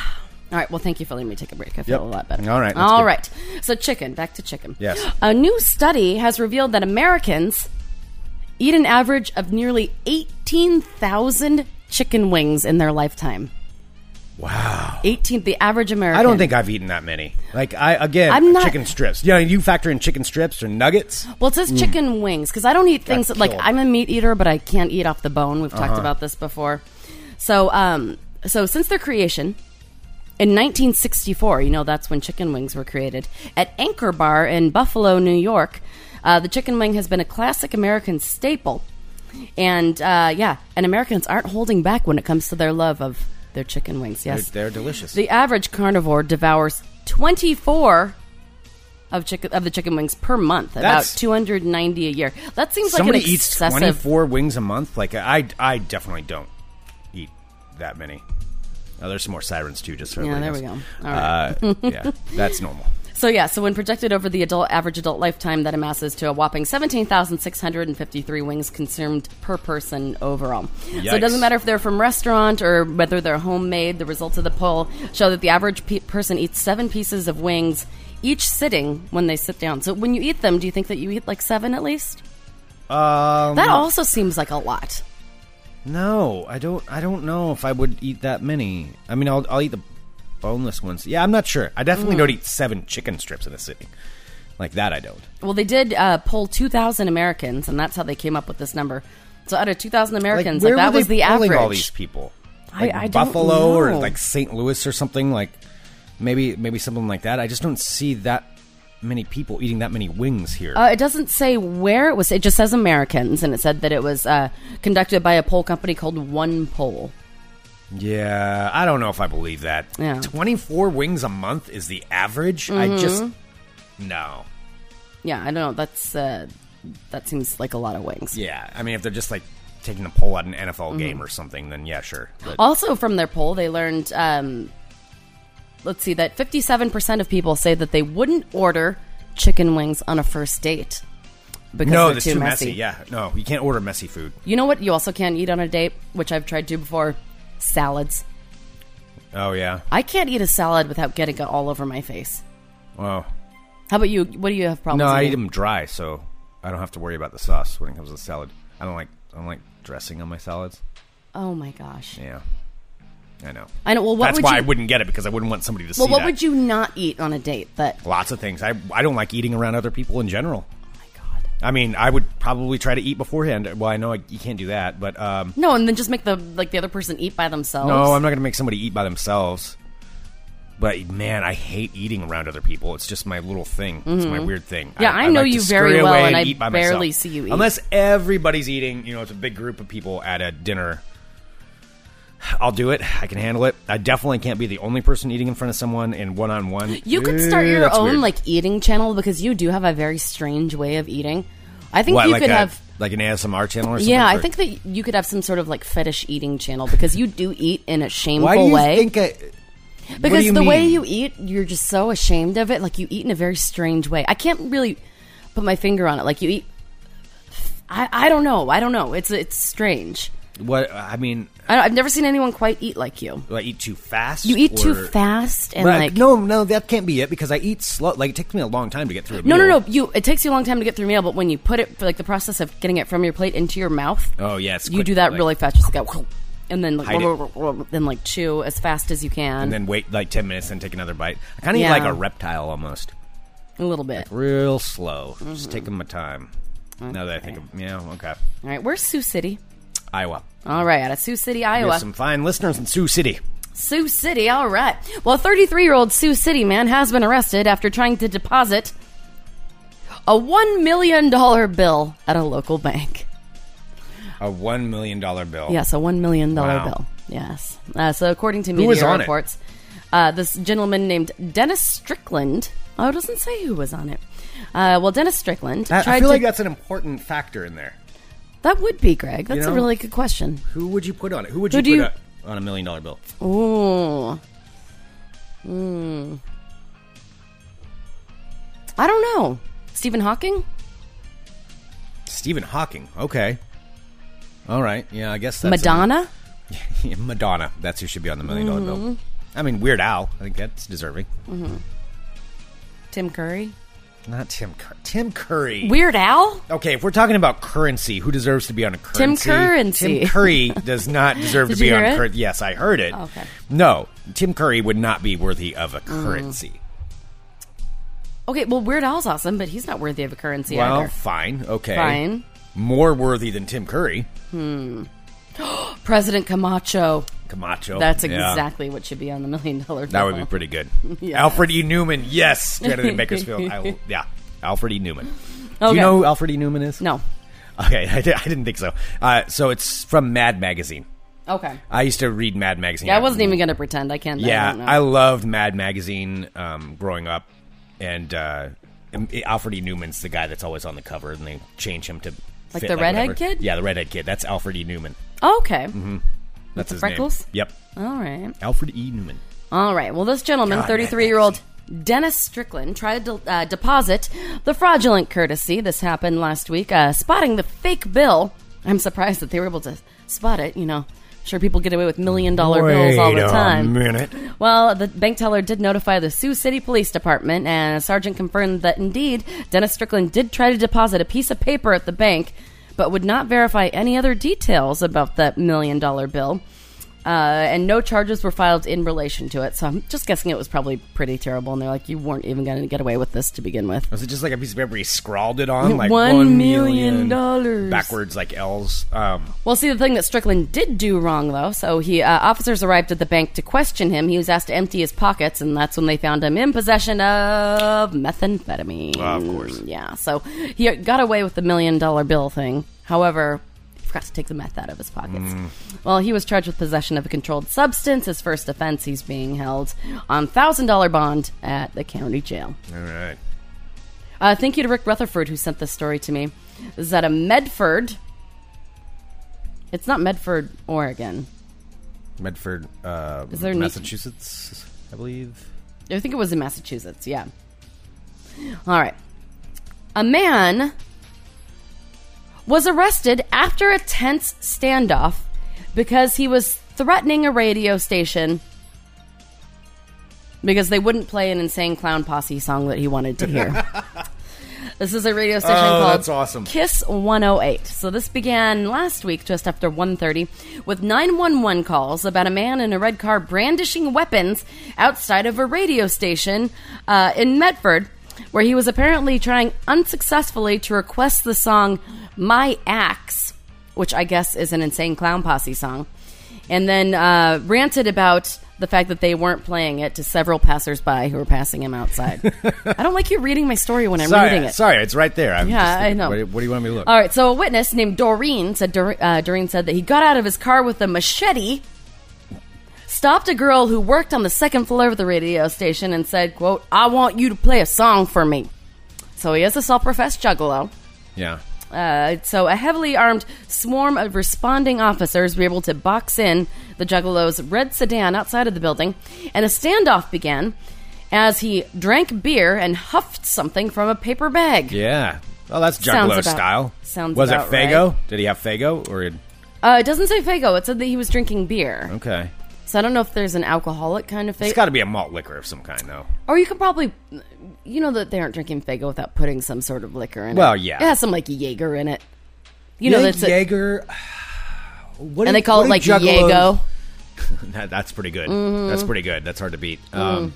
Speaker 2: All right. Well, thank you for letting me take a break. I
Speaker 1: Yep.
Speaker 2: feel a lot better.
Speaker 1: All right, that's
Speaker 2: All
Speaker 1: good.
Speaker 2: right. So chicken. Back to chicken.
Speaker 1: Yes.
Speaker 2: A new study has revealed that Americans eat an average of nearly eighteen thousand chicken wings in their lifetime.
Speaker 1: Wow.
Speaker 2: Eighteen. The average American.
Speaker 1: I don't think I've eaten that many. Like I again,
Speaker 2: I'm not-
Speaker 1: chicken strips. Yeah, you factor in chicken strips or nuggets.
Speaker 2: Well, it says chicken wings because I don't eat things that, like
Speaker 1: Mm. killed. Uh-huh.
Speaker 2: I'm a meat eater, but I can't eat off the bone. We've talked about this before. So, um, so since their creation in 1964, you know that's when chicken wings were created at Anchor Bar in Buffalo, New York. Uh, the chicken wing has been a classic American staple, and uh, yeah, and Americans aren't holding back when it comes to their love of their chicken wings.
Speaker 1: They're,
Speaker 2: Yes,
Speaker 1: they're delicious.
Speaker 2: the average carnivore devours 24 of chicken of the chicken wings per month, about
Speaker 1: That's-
Speaker 2: 290 a year. That seems
Speaker 1: Somebody
Speaker 2: like an
Speaker 1: eats
Speaker 2: excessive.
Speaker 1: twenty four wings a month. Like I, I definitely don't eat that many. Oh, there's some more sirens too. Just so
Speaker 2: Yeah,
Speaker 1: everybody
Speaker 2: there we
Speaker 1: knows.
Speaker 2: go. All right.
Speaker 1: Uh, yeah, that's normal.
Speaker 2: So yeah, so when projected over the adult average adult lifetime, that amasses to a whopping 17,653 wings consumed per person overall. So it
Speaker 1: Yikes.
Speaker 2: doesn't matter if they're from restaurant or whether they're homemade. The results of the poll show that the average pe- person eats seven pieces of wings each sitting when they sit down. So when you eat them, do you think that you eat like seven at least?
Speaker 1: Um,
Speaker 2: That also seems like a lot.
Speaker 1: No, I don't. I don't know if I would eat that many. I mean, I'll, I'll eat the boneless ones. Yeah, I'm not sure. I
Speaker 2: Mm.
Speaker 1: definitely don't eat seven chicken strips in a sitting. Like that, I don't.
Speaker 2: Well, they did uh, poll 2,000 Americans, and that's how they came up with this number. So out of 2,000
Speaker 1: Like,
Speaker 2: Americans,
Speaker 1: where
Speaker 2: like, that
Speaker 1: were
Speaker 2: was
Speaker 1: they
Speaker 2: the
Speaker 1: polling
Speaker 2: average.
Speaker 1: All these people,
Speaker 2: I-
Speaker 1: Like
Speaker 2: I don't
Speaker 1: Buffalo or
Speaker 2: know.
Speaker 1: like St. Louis or something like maybe maybe something like that. I just don't see that many people eating that many wings here.
Speaker 2: Uh, it doesn't say where it was. It just says Americans, and it said that it was uh, conducted by a poll company called One Poll.
Speaker 1: yeah, I don't know if I believe that.
Speaker 2: Yeah. Mm-hmm.
Speaker 1: Twenty four wings a month is the average. I just no.
Speaker 2: Yeah, I don't know. That's uh, that seems like a lot of wings.
Speaker 1: Yeah, I mean, if they're just like taking a poll at an NFL
Speaker 2: Mm-hmm.
Speaker 1: game or something, then yeah, sure. But
Speaker 2: Also, from their poll, they learned. Um, let's see that fifty-seven percent of people say that they wouldn't order chicken wings on a first date because
Speaker 1: no,
Speaker 2: they're
Speaker 1: that's
Speaker 2: too, messy.
Speaker 1: Yeah, no, you can't order messy food.
Speaker 2: You know what? You also can't eat on a date, which I've tried to before. Salads.
Speaker 1: Oh yeah.
Speaker 2: I can't eat a salad without getting it all over my face.
Speaker 1: Well,
Speaker 2: How about you? What do you have
Speaker 1: no,
Speaker 2: problems?
Speaker 1: I eat
Speaker 2: eating?
Speaker 1: them dry, so I don't have to worry about the sauce when it comes to salad. I don't like I don't like dressing on my salads.
Speaker 2: Oh my gosh.
Speaker 1: Yeah, I know.
Speaker 2: I know. Well, what
Speaker 1: that's
Speaker 2: would
Speaker 1: why
Speaker 2: you?
Speaker 1: I wouldn't get it because I wouldn't want somebody to
Speaker 2: well,
Speaker 1: see
Speaker 2: what
Speaker 1: that.
Speaker 2: would you not eat on a date? That.
Speaker 1: Lots of things. I I don't like eating around other people in general.
Speaker 2: Oh my god.
Speaker 1: I mean, I would probably try to eat beforehand. Well, I know I, you can't do that, but um,
Speaker 2: No, and then just make the like the other person eat by themselves.
Speaker 1: No, I'm not going to make somebody eat by themselves. But man, I hate eating around other people. It's just my little thing. It's my weird thing.
Speaker 2: Mm-hmm. Yeah, I know
Speaker 1: like to
Speaker 2: you very
Speaker 1: scurry
Speaker 2: well,
Speaker 1: away
Speaker 2: and I
Speaker 1: eat by
Speaker 2: barely
Speaker 1: myself.
Speaker 2: see you eat.
Speaker 1: Unless everybody's eating, you know, it's a big group of people at a dinner. I'll do it. I can handle it. I definitely can't be the only person eating in front of someone in one on one.
Speaker 2: You could start your own like eating channel because you do have a very strange way of eating. I think
Speaker 1: what,
Speaker 2: you
Speaker 1: like
Speaker 2: could
Speaker 1: a-
Speaker 2: have.
Speaker 1: like an ASMR channel or something.
Speaker 2: Yeah, I
Speaker 1: Or-
Speaker 2: think that you could have some sort of like fetish eating channel because you do eat in a shameful
Speaker 1: Why do you
Speaker 2: way.
Speaker 1: think? I,
Speaker 2: because
Speaker 1: you
Speaker 2: the way
Speaker 1: mean?
Speaker 2: you eat, you're just so ashamed of it. Like you eat in a very strange way. I can't really put my finger on it. Like you eat. I, I don't know. I don't know. It's it's strange.
Speaker 1: what I mean,
Speaker 2: I don't, I've never seen anyone quite eat like you.
Speaker 1: do I eat too fast.
Speaker 2: You eat too
Speaker 1: or-
Speaker 2: fast and
Speaker 1: But,
Speaker 2: like
Speaker 1: no, no, that can't be it because I eat slow. Like it takes me a long time to get through. A
Speaker 2: no, no,
Speaker 1: meal.
Speaker 2: no. You it takes you a long time to get through a meal, but when you put it for like the process of getting it from your plate into your mouth,
Speaker 1: Oh yeah, it's
Speaker 2: you
Speaker 1: quick,
Speaker 2: do that
Speaker 1: like-
Speaker 2: really fast. Just go and then like,
Speaker 1: Hide
Speaker 2: then like chew as fast as you can,
Speaker 1: and then wait like ten minutes and take another bite. I kind of
Speaker 2: Yeah. Uh,
Speaker 1: eat like a reptile almost,
Speaker 2: a little bit.
Speaker 1: real slow,
Speaker 2: mm-hmm.
Speaker 1: just taking my time. Now that I think, of, yeah, okay,
Speaker 2: All right, where's Sioux City?
Speaker 1: Iowa.
Speaker 2: All right, out of Sioux City,
Speaker 1: We
Speaker 2: Iowa.
Speaker 1: have some fine listeners in Sioux City.
Speaker 2: Sioux City, all right. Well, a 33 year old Sioux City man has been arrested after trying to deposit a one million dollar bill at a local bank.
Speaker 1: A one million dollar bill.
Speaker 2: Yes, a one million dollar
Speaker 1: Wow.
Speaker 2: bill. Yes. Uh, so according to
Speaker 1: was
Speaker 2: media
Speaker 1: on it?
Speaker 2: reports, uh, this gentleman named Dennis Strickland. Oh, it doesn't say who was on it. Uh, well, Dennis Strickland
Speaker 1: I, I
Speaker 2: tried
Speaker 1: feel
Speaker 2: to.
Speaker 1: like that's an important factor in there.
Speaker 2: that would be Greg. That's
Speaker 1: know?
Speaker 2: a really good question.
Speaker 1: Who would you put on it? Who would
Speaker 2: Who
Speaker 1: you
Speaker 2: do
Speaker 1: put
Speaker 2: you-
Speaker 1: up on a million dollar bill?
Speaker 2: Ooh. Mm. I don't know. Stephen Hawking?
Speaker 1: Stephen Hawking. Okay. All right. Yeah, I guess that's
Speaker 2: Madonna?
Speaker 1: Yeah, Madonna. That's who should be on the million dollar bill.
Speaker 2: Mm-hmm.
Speaker 1: I mean, Weird Al. I think that's deserving.
Speaker 2: Tim Curry?
Speaker 1: Not Tim. Cur- Tim Curry.
Speaker 2: Weird Al?
Speaker 1: okay, if we're talking about currency, who deserves to be on a
Speaker 2: Tim
Speaker 1: currency?
Speaker 2: Currency.
Speaker 1: Tim Curry does not deserve to
Speaker 2: Did
Speaker 1: be
Speaker 2: you
Speaker 1: on
Speaker 2: hear it?
Speaker 1: currency. Yes, I heard it.
Speaker 2: Okay. Mm.
Speaker 1: No, Tim Curry would not be worthy of a currency.
Speaker 2: Okay, well, Weird Al's awesome, but he's not worthy of a currency
Speaker 1: well,
Speaker 2: either.
Speaker 1: fine. Okay.
Speaker 2: Fine.
Speaker 1: More worthy than Tim Curry.
Speaker 2: President Camacho.
Speaker 1: Camacho.
Speaker 2: That's
Speaker 1: Yeah.
Speaker 2: exactly what should be on the million dollar bill.
Speaker 1: That would be pretty good.
Speaker 2: Yes.
Speaker 1: Alfred E. Newman, yes, stranded in Bakersfield. I will, yeah, Alfred E. Newman. Do
Speaker 2: Okay.
Speaker 1: you know who Alfred E. Newman is?
Speaker 2: No.
Speaker 1: Okay, I, di- I didn't think so. Uh, so it's from Mad Magazine.
Speaker 2: Okay.
Speaker 1: I used to read Mad Magazine.
Speaker 2: Yeah, I wasn't even going to pretend. I can't. I,
Speaker 1: Yeah,
Speaker 2: don't know.
Speaker 1: I, loved Mad Magazine um, growing up, and uh, um, Alfred E. Newman's the guy that's always on the cover, and they change him to
Speaker 2: Like
Speaker 1: fit,
Speaker 2: the redhead
Speaker 1: whatever.
Speaker 2: kid?
Speaker 1: Yeah, the redhead kid. That's Alfred E. Newman.
Speaker 2: okay.
Speaker 1: Mm-hmm. That's
Speaker 2: the
Speaker 1: his
Speaker 2: freckles?
Speaker 1: name. Yep,
Speaker 2: All right.
Speaker 1: Alfred E. Newman.
Speaker 2: All right. Well, this gentleman,
Speaker 1: God,
Speaker 2: 33 year old Dennis Strickland, tried to uh, deposit the fraudulent courtesy. This happened last week, uh, spotting the fake bill. I'm surprised that they were able to spot it. You know, I'm sure people get away with million dollar bills all the time.
Speaker 1: minute.
Speaker 2: Well, the bank teller did notify the Sioux City Police Department, and a sergeant confirmed that indeed Dennis Strickland did try to deposit a piece of paper at the bank, but would not verify any other details about that million dollar bill. Uh, and no charges were filed in relation to it. So I'm just guessing it was probably pretty terrible. And they're like, you weren't even going to get away with this to begin with.
Speaker 1: Was it just like a piece of paper he scrawled it on? Like
Speaker 2: One
Speaker 1: one
Speaker 2: million
Speaker 1: million
Speaker 2: dollars.
Speaker 1: Backwards, like L's. Um,
Speaker 2: Well, see, the thing that Strickland did do wrong, though, so he uh, officers arrived at the bank to question him. He was asked to empty his pockets, and that's when they found him in possession of methamphetamine.
Speaker 1: Ah, Of course.
Speaker 2: yeah. So he got away with the million dollar bill thing. However, he forgot to take the meth out of his pockets.
Speaker 1: Mm.
Speaker 2: Well, he was charged with possession of a controlled substance. His first offense. He's being held on thousand dollar bond at the county jail.
Speaker 1: all right.
Speaker 2: Uh, thank you to Rick Rutherford who sent this story to me. This is out of Medford. It's not Medford, Oregon.
Speaker 1: Medford, uh,
Speaker 2: Is there any-
Speaker 1: Massachusetts, I believe.
Speaker 2: I think it was in Massachusetts, yeah. All right. A man was arrested after a tense standoff because he was threatening a radio station because they wouldn't play an insane clown posse song that he wanted to hear. this is a radio station
Speaker 1: Oh,
Speaker 2: called
Speaker 1: that's awesome.
Speaker 2: Kiss 108. So this began last week just after 1:30 with 911 calls about a man in a red car brandishing weapons outside of a radio station uh, in Medford where he was apparently trying unsuccessfully to request the song My Axe, which I guess is an insane clown posse song and then uh, ranted about the fact that they weren't playing it to several passersby who were passing him outside. I don't like you reading my story when I'm reading
Speaker 1: Sorry,
Speaker 2: it.
Speaker 1: sorry, it's right there. I'm
Speaker 2: Yeah,
Speaker 1: just-
Speaker 2: I know.
Speaker 1: What, what do you want me to look?
Speaker 2: All right, so a witness named Doreen said Dor- uh, Doreen said that he got out of his car with a machete, stopped a girl who worked on the second floor of the radio station, and said, "quote I want you to play a song for me." So he is a self-professed juggalo.
Speaker 1: Yeah.
Speaker 2: Uh, so a heavily armed swarm of responding officers were able to box in the Juggalo's red sedan outside of the building, and a standoff began as he drank beer and huffed something from a paper bag.
Speaker 1: Yeah. Oh, that's Juggalo
Speaker 2: Sounds about-
Speaker 1: style.
Speaker 2: sounds
Speaker 1: Was
Speaker 2: about
Speaker 1: it Fago? Did he have Fago or?
Speaker 2: Uh, it doesn't say Fago. It said that he was drinking beer.
Speaker 1: Okay.
Speaker 2: So I don't know if there's an alcoholic kind of
Speaker 1: It's
Speaker 2: Fago.
Speaker 1: got to be a malt liquor of some kind, though.
Speaker 2: or you could probably, you know, that they aren't drinking Fago without putting some sort of liquor in it.
Speaker 1: Well, yeah.
Speaker 2: It has some, like, Jaeger in it. You know, that's it.
Speaker 1: Jaeger. What
Speaker 2: And they call it, like, Mm-hmm. Jaego.
Speaker 1: That, that's pretty good. That's pretty good. That's hard to beat.
Speaker 2: Mm.
Speaker 1: Um,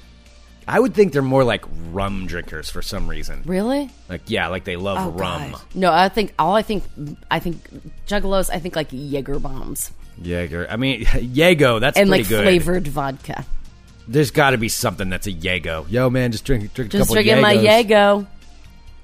Speaker 1: I would think they're more like rum drinkers for some reason.
Speaker 2: Really?
Speaker 1: Like yeah, like they love
Speaker 2: Oh,
Speaker 1: rum.
Speaker 2: God. No, I think all I think I think juggalos. I think like Jaeger bombs
Speaker 1: Jaeger. I mean, Jaego. That's
Speaker 2: and
Speaker 1: pretty
Speaker 2: like
Speaker 1: good.
Speaker 2: flavored vodka.
Speaker 1: There's got to be something that's a Jaego. Yo, man, just drink, drink a
Speaker 2: Just
Speaker 1: couple.
Speaker 2: drinking my
Speaker 1: Jaegos.
Speaker 2: Jaego.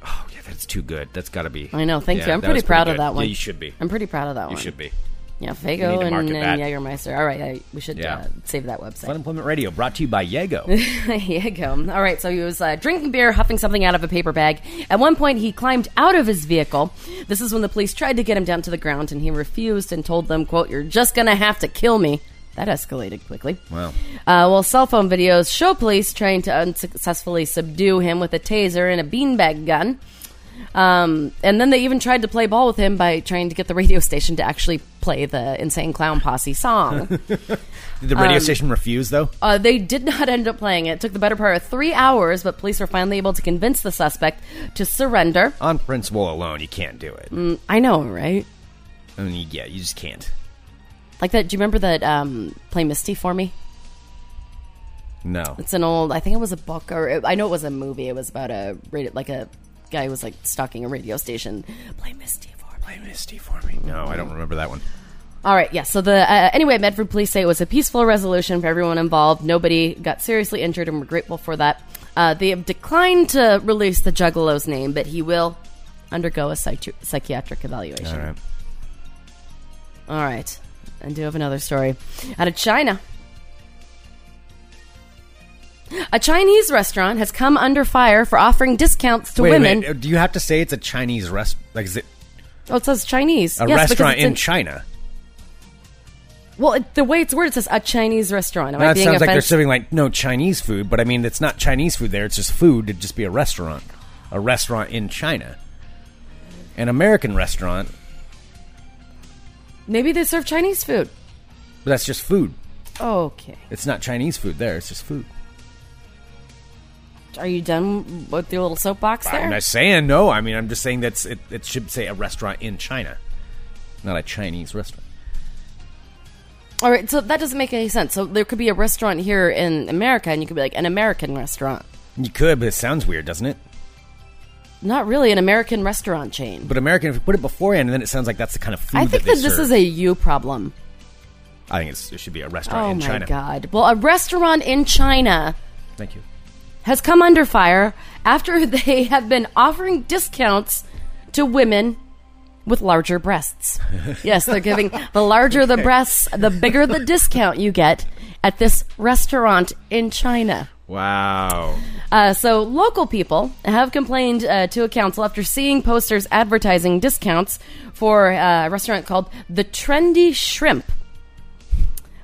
Speaker 1: Oh yeah, that's That's too good. That's got to be.
Speaker 2: I know. Thank
Speaker 1: Yeah,
Speaker 2: you. I'm
Speaker 1: that
Speaker 2: pretty
Speaker 1: was
Speaker 2: proud of
Speaker 1: good.
Speaker 2: that one.
Speaker 1: Yeah, you should be.
Speaker 2: I'm pretty proud of that
Speaker 1: you
Speaker 2: one.
Speaker 1: should be.
Speaker 2: Yeah,
Speaker 1: need
Speaker 2: Fago
Speaker 1: to
Speaker 2: and,
Speaker 1: market that.
Speaker 2: and Jägermeister. All right, I, we should
Speaker 1: Yeah.
Speaker 2: uh, save that website.
Speaker 1: Fun Employment Radio brought to you by Yego.
Speaker 2: Here you go. All right, so he was uh, drinking beer, huffing something out of a paper bag. At one point, he climbed out of his vehicle. This is when the police tried to get him down to the ground, and he refused and told them, "quote You're just gonna have to kill me." That escalated quickly.
Speaker 1: Wow.
Speaker 2: Uh, well, cell phone videos show police trying to unsuccessfully subdue him with a taser and a beanbag gun. Um, and then they even tried to play ball with him by trying to get the radio station to actually play the Insane Clown Posse song.
Speaker 1: Did the
Speaker 2: Um,
Speaker 1: radio station refuse though?
Speaker 2: Uh, they did not end up playing it. It took the better part of three hours, but police were finally able to convince the suspect to surrender.
Speaker 1: On principle alone, you can't do it.
Speaker 2: I know, right?
Speaker 1: I mean, yeah, you just can't.
Speaker 2: Like that. Do you remember that? Um, play Misty for me.
Speaker 1: No.
Speaker 2: It's an old. I think it was a book, or it, I know it was a movie. It was about a radio, like a guy who was like stalking a radio station. Play Misty for me.
Speaker 1: Play Misty for me. No, I don't remember that one.
Speaker 2: All right, yeah. So the uh, anyway, Medford police say it was a peaceful resolution for everyone involved. Nobody got seriously injured, and we're grateful for that. Uh, they have declined to release the Juggalo's name, but he will undergo a psychi- psychiatric evaluation.
Speaker 1: All right.
Speaker 2: All right. I do have another story out of China. A Chinese restaurant has come under fire for offering discounts to
Speaker 1: Wait uh, a
Speaker 2: women.
Speaker 1: minute, Do you have to say it's a Chinese rest? Like, is it
Speaker 2: Oh, it says Chinese.
Speaker 1: a
Speaker 2: Yes, because
Speaker 1: restaurant
Speaker 2: it's
Speaker 1: in China?
Speaker 2: Well, it, the way it's worded, it says a Chinese restaurant. Am I
Speaker 1: That
Speaker 2: being
Speaker 1: sounds like they're
Speaker 2: offensive?
Speaker 1: serving like no Chinese food, but I mean it's not Chinese food there. It's just food. It'd just be a restaurant, a restaurant in China, an American restaurant.
Speaker 2: Maybe they serve Chinese food.
Speaker 1: But that's just food.
Speaker 2: Okay.
Speaker 1: It's not Chinese food there. It's just food.
Speaker 2: Are you done with your little soapbox there?
Speaker 1: I'm not saying no. I mean I'm just saying that's it. It should say a restaurant in China, not a Chinese restaurant.
Speaker 2: All right, so that doesn't make any sense. So there could be a restaurant here in America, and you could be like an American restaurant.
Speaker 1: You could, but it sounds weird, doesn't it?
Speaker 2: Not really an American restaurant chain.
Speaker 1: But American, if you put it beforehand, then it sounds like that's the kind of food.
Speaker 2: I think
Speaker 1: that,
Speaker 2: that,
Speaker 1: they
Speaker 2: this
Speaker 1: serve.
Speaker 2: is a you problem.
Speaker 1: I think it's, it should be a restaurant
Speaker 2: Oh
Speaker 1: in
Speaker 2: my
Speaker 1: China.
Speaker 2: god. Well, a restaurant in China
Speaker 1: Thank you.
Speaker 2: has come under fire after they have been offering discounts to women with larger breasts. yes, they're giving the larger the breasts, the bigger the discount you get at this restaurant in China.
Speaker 1: Wow.
Speaker 2: Uh, so local people have complained uh, to a council after seeing posters advertising discounts for uh, a restaurant called the Trendy Shrimp.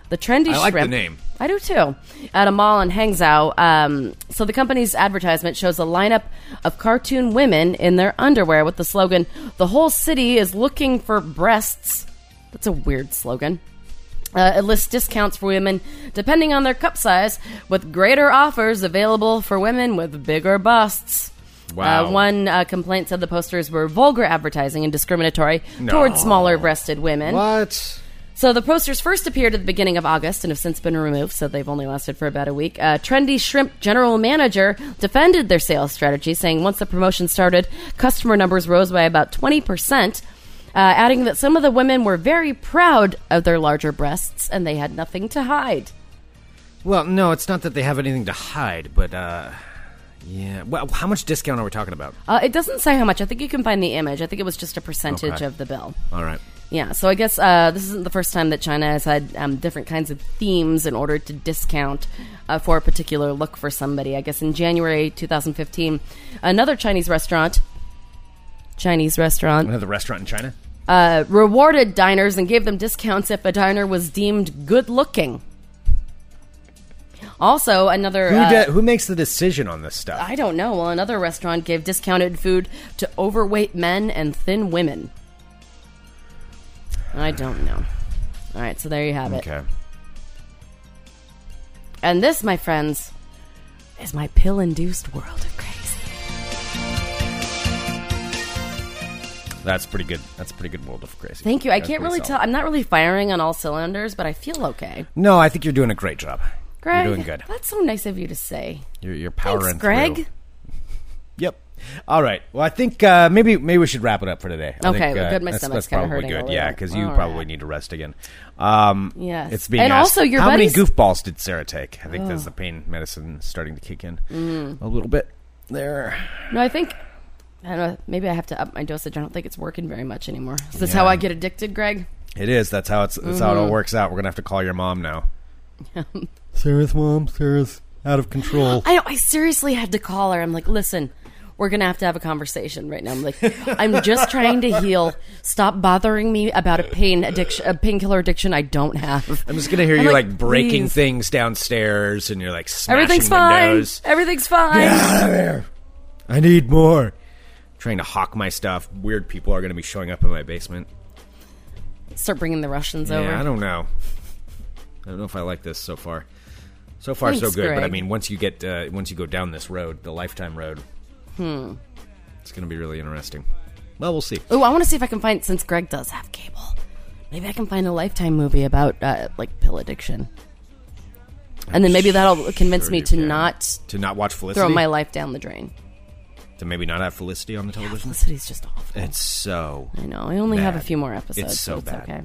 Speaker 2: The Trendy
Speaker 1: I like the
Speaker 2: Shrimp.
Speaker 1: name.
Speaker 2: I do too. At a mall in Hangzhou. Um, so the company's advertisement shows a lineup of cartoon women in their underwear with the slogan, The whole city is looking for breasts. That's a weird slogan. Uh, it lists discounts for women depending on their cup size, with greater offers available for women with bigger busts.
Speaker 1: Wow.
Speaker 2: Uh, one uh, complaint said the posters were vulgar advertising and discriminatory toward smaller breasted women.
Speaker 1: What?
Speaker 2: So the posters first appeared at the beginning of August and have since been removed, so they've only lasted for about a week. Uh, Trendy Shrimp general manager defended their sales strategy, saying once the promotion started, customer numbers rose by about 20%, uh, adding that some of the women were very proud of their larger breasts and they had nothing to hide.
Speaker 1: Well, no, it's not that they have anything to hide, but uh, yeah. Well, how much discount are we talking about?
Speaker 2: Uh, it doesn't say how much. I think you can find the image. I think it was just a percentage
Speaker 1: Okay.
Speaker 2: of the bill.
Speaker 1: All right.
Speaker 2: Yeah, so I guess uh, this isn't the first time that China has had um, different kinds of themes in order to discount uh, for a particular look for somebody. I guess in January 2015, another Chinese restaurant, Chinese restaurant,
Speaker 1: Another restaurant in China.
Speaker 2: uh, rewarded diners and gave them discounts if a diner was deemed good looking. Also, another.
Speaker 1: Who
Speaker 2: uh,
Speaker 1: de- who makes the decision on this stuff?
Speaker 2: I don't know. Well, another restaurant gave discounted food to overweight men and thin women. I don't know. All right, so there you have it.
Speaker 1: okay.
Speaker 2: And this, my friends, is my pill induced world of crazy.
Speaker 1: That's pretty good. That's a pretty good world of crazy.
Speaker 2: Thank you. I
Speaker 1: That's
Speaker 2: can't
Speaker 1: pretty
Speaker 2: really
Speaker 1: solid.
Speaker 2: tell. I'm not really firing on all cylinders, but I feel okay.
Speaker 1: No, I think you're doing a great job.
Speaker 2: Greg,
Speaker 1: you're doing good.
Speaker 2: that's so nice of you to say.
Speaker 1: You're, you're powering through.
Speaker 2: Thanks, Greg.
Speaker 1: Yep. All right. Well, I think uh, maybe maybe we should wrap it up for today. I
Speaker 2: Okay,
Speaker 1: Think, uh,
Speaker 2: good. My
Speaker 1: that's- that's
Speaker 2: stomach's kinda
Speaker 1: probably
Speaker 2: hurting a
Speaker 1: Good.
Speaker 2: little.
Speaker 1: Yeah, because you
Speaker 2: All
Speaker 1: probably
Speaker 2: right.
Speaker 1: need to rest again. Um,
Speaker 2: Yes.
Speaker 1: It's being
Speaker 2: And
Speaker 1: asked,
Speaker 2: also your
Speaker 1: how many
Speaker 2: buddies-
Speaker 1: goofballs did Sarah take? I think
Speaker 2: Mm.
Speaker 1: there's the pain medicine starting to kick in a little bit there.
Speaker 2: No, I think I don't know. Maybe I have to up my dosage. I don't think it's working very much anymore. Is this how I get addicted, Greg?
Speaker 1: It is. That's how it's. That's how it
Speaker 2: Mm-hmm.
Speaker 1: all works out. We're gonna have to call your mom now.
Speaker 3: Sarah's mom, Sarah's out of control.
Speaker 2: I know. I seriously had to call her. I'm like, listen, we're gonna have to have a conversation right now. I'm like, I'm just trying to heal. Stop bothering me about a pain addiction, a painkiller addiction I don't have.
Speaker 1: I'm just gonna hear
Speaker 2: I'm
Speaker 1: you
Speaker 2: like,
Speaker 1: like, breaking
Speaker 2: please.
Speaker 1: things downstairs, and you're like smashing
Speaker 2: Everything's fine.
Speaker 1: windows.
Speaker 2: Everything's fine.
Speaker 1: out of there. I need more. Trying to hawk my stuff. Weird people are gonna be showing up in my basement.
Speaker 2: Start bringing the Russians over.
Speaker 1: Yeah, I don't know. I don't know if I like this so far. So far, so
Speaker 2: Thanks,
Speaker 1: good. But I
Speaker 2: Greg.
Speaker 1: mean, once you get uh, once you go down this road, the lifetime road, hmm, it's going to be really interesting. Well, we'll see.
Speaker 2: Oh, I want to see if I can find since Greg does have cable. Maybe I can find a Lifetime movie about uh, like pill addiction, and then maybe that'll convince
Speaker 1: sure
Speaker 2: me
Speaker 1: you
Speaker 2: to
Speaker 1: can.
Speaker 2: not
Speaker 1: To not watch Felicity,
Speaker 2: throw my life down the drain.
Speaker 1: to maybe not have Felicity on the television.
Speaker 2: Felicity's just awful.
Speaker 1: It's so.
Speaker 2: I know. I only have a
Speaker 1: bad.
Speaker 2: few more episodes.
Speaker 1: It's so bad.
Speaker 2: Okay.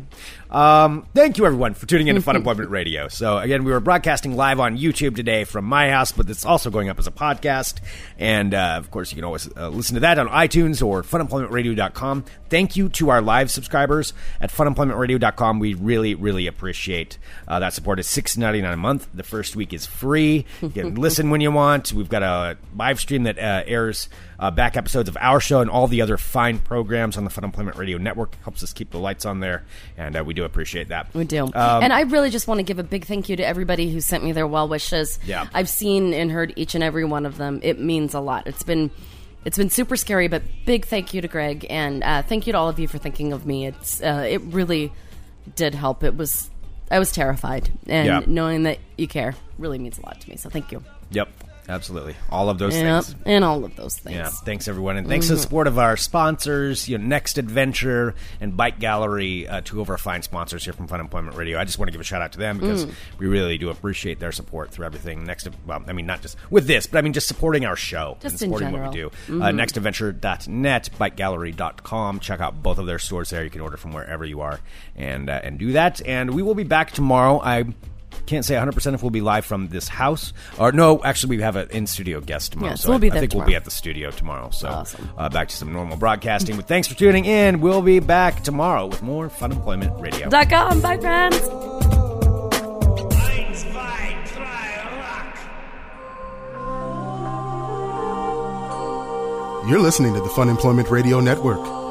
Speaker 1: Um, thank you, everyone, for tuning in to Fun Employment Radio. So, again, we were broadcasting live on YouTube today from my house, but it's also going up as a podcast. And, uh, of course, you can always uh, listen to that on iTunes or funemploymentradio.com. Thank you to our live subscribers at funemploymentradio.com. We really, really appreciate uh, that support. It's six ninety nine a month. The first week is free. You can listen when you want. We've got a live stream that uh, airs uh, back episodes of our show and all the other fine programs on the Fun Employment Radio Network. Helps us keep the lights on there, and uh, we do appreciate that. Um,
Speaker 2: We do. and I really just want to give a big thank you to everybody who sent me their well wishes.
Speaker 1: Yeah.
Speaker 2: I've seen and heard each and every one of them. It means a lot. It's been it's been super scary, but big thank you to Greg and uh, thank you to all of you for thinking of me. It's uh, it really did help. It was I was terrified and
Speaker 1: Yeah.
Speaker 2: knowing that you care really means a lot to me. So thank you.
Speaker 1: Yep, absolutely. All of those
Speaker 2: Yep.
Speaker 1: things.
Speaker 2: And all of those things.
Speaker 1: Yeah, thanks everyone, and
Speaker 2: Mm-hmm.
Speaker 1: thanks to the support of our sponsors, you know, Next Adventure and Bike Gallery, uh, two of our fine sponsors here from Fun Employment Radio. I just want to give a shout out to them
Speaker 2: Mm.
Speaker 1: because we really do appreciate their support through everything. Next, well, I mean, not just with this, but I mean, just supporting our show, and
Speaker 2: Just in
Speaker 1: supporting what we do.
Speaker 2: general. Mm-hmm.
Speaker 1: Uh, nextadventure.net, bikegallery.com. Check out both of their stores there. You can order from wherever you are and uh, and do that. And we will be back tomorrow. I. Can't say 100% if we'll be live from this house. Or, no, actually, we have an in studio guest tomorrow.
Speaker 2: Yeah, so
Speaker 1: I-
Speaker 2: we'll be
Speaker 1: I
Speaker 2: there
Speaker 1: think we'll be
Speaker 2: tomorrow.
Speaker 1: at the studio tomorrow. So
Speaker 2: Awesome.
Speaker 1: uh, back to some normal broadcasting. But thanks for tuning in. We'll be back tomorrow with more Fun Employment Radio.
Speaker 2: Dot com. Bye friends.
Speaker 4: Eins, zwei, drei, rock!
Speaker 5: You're listening to the Fun Employment Radio Network.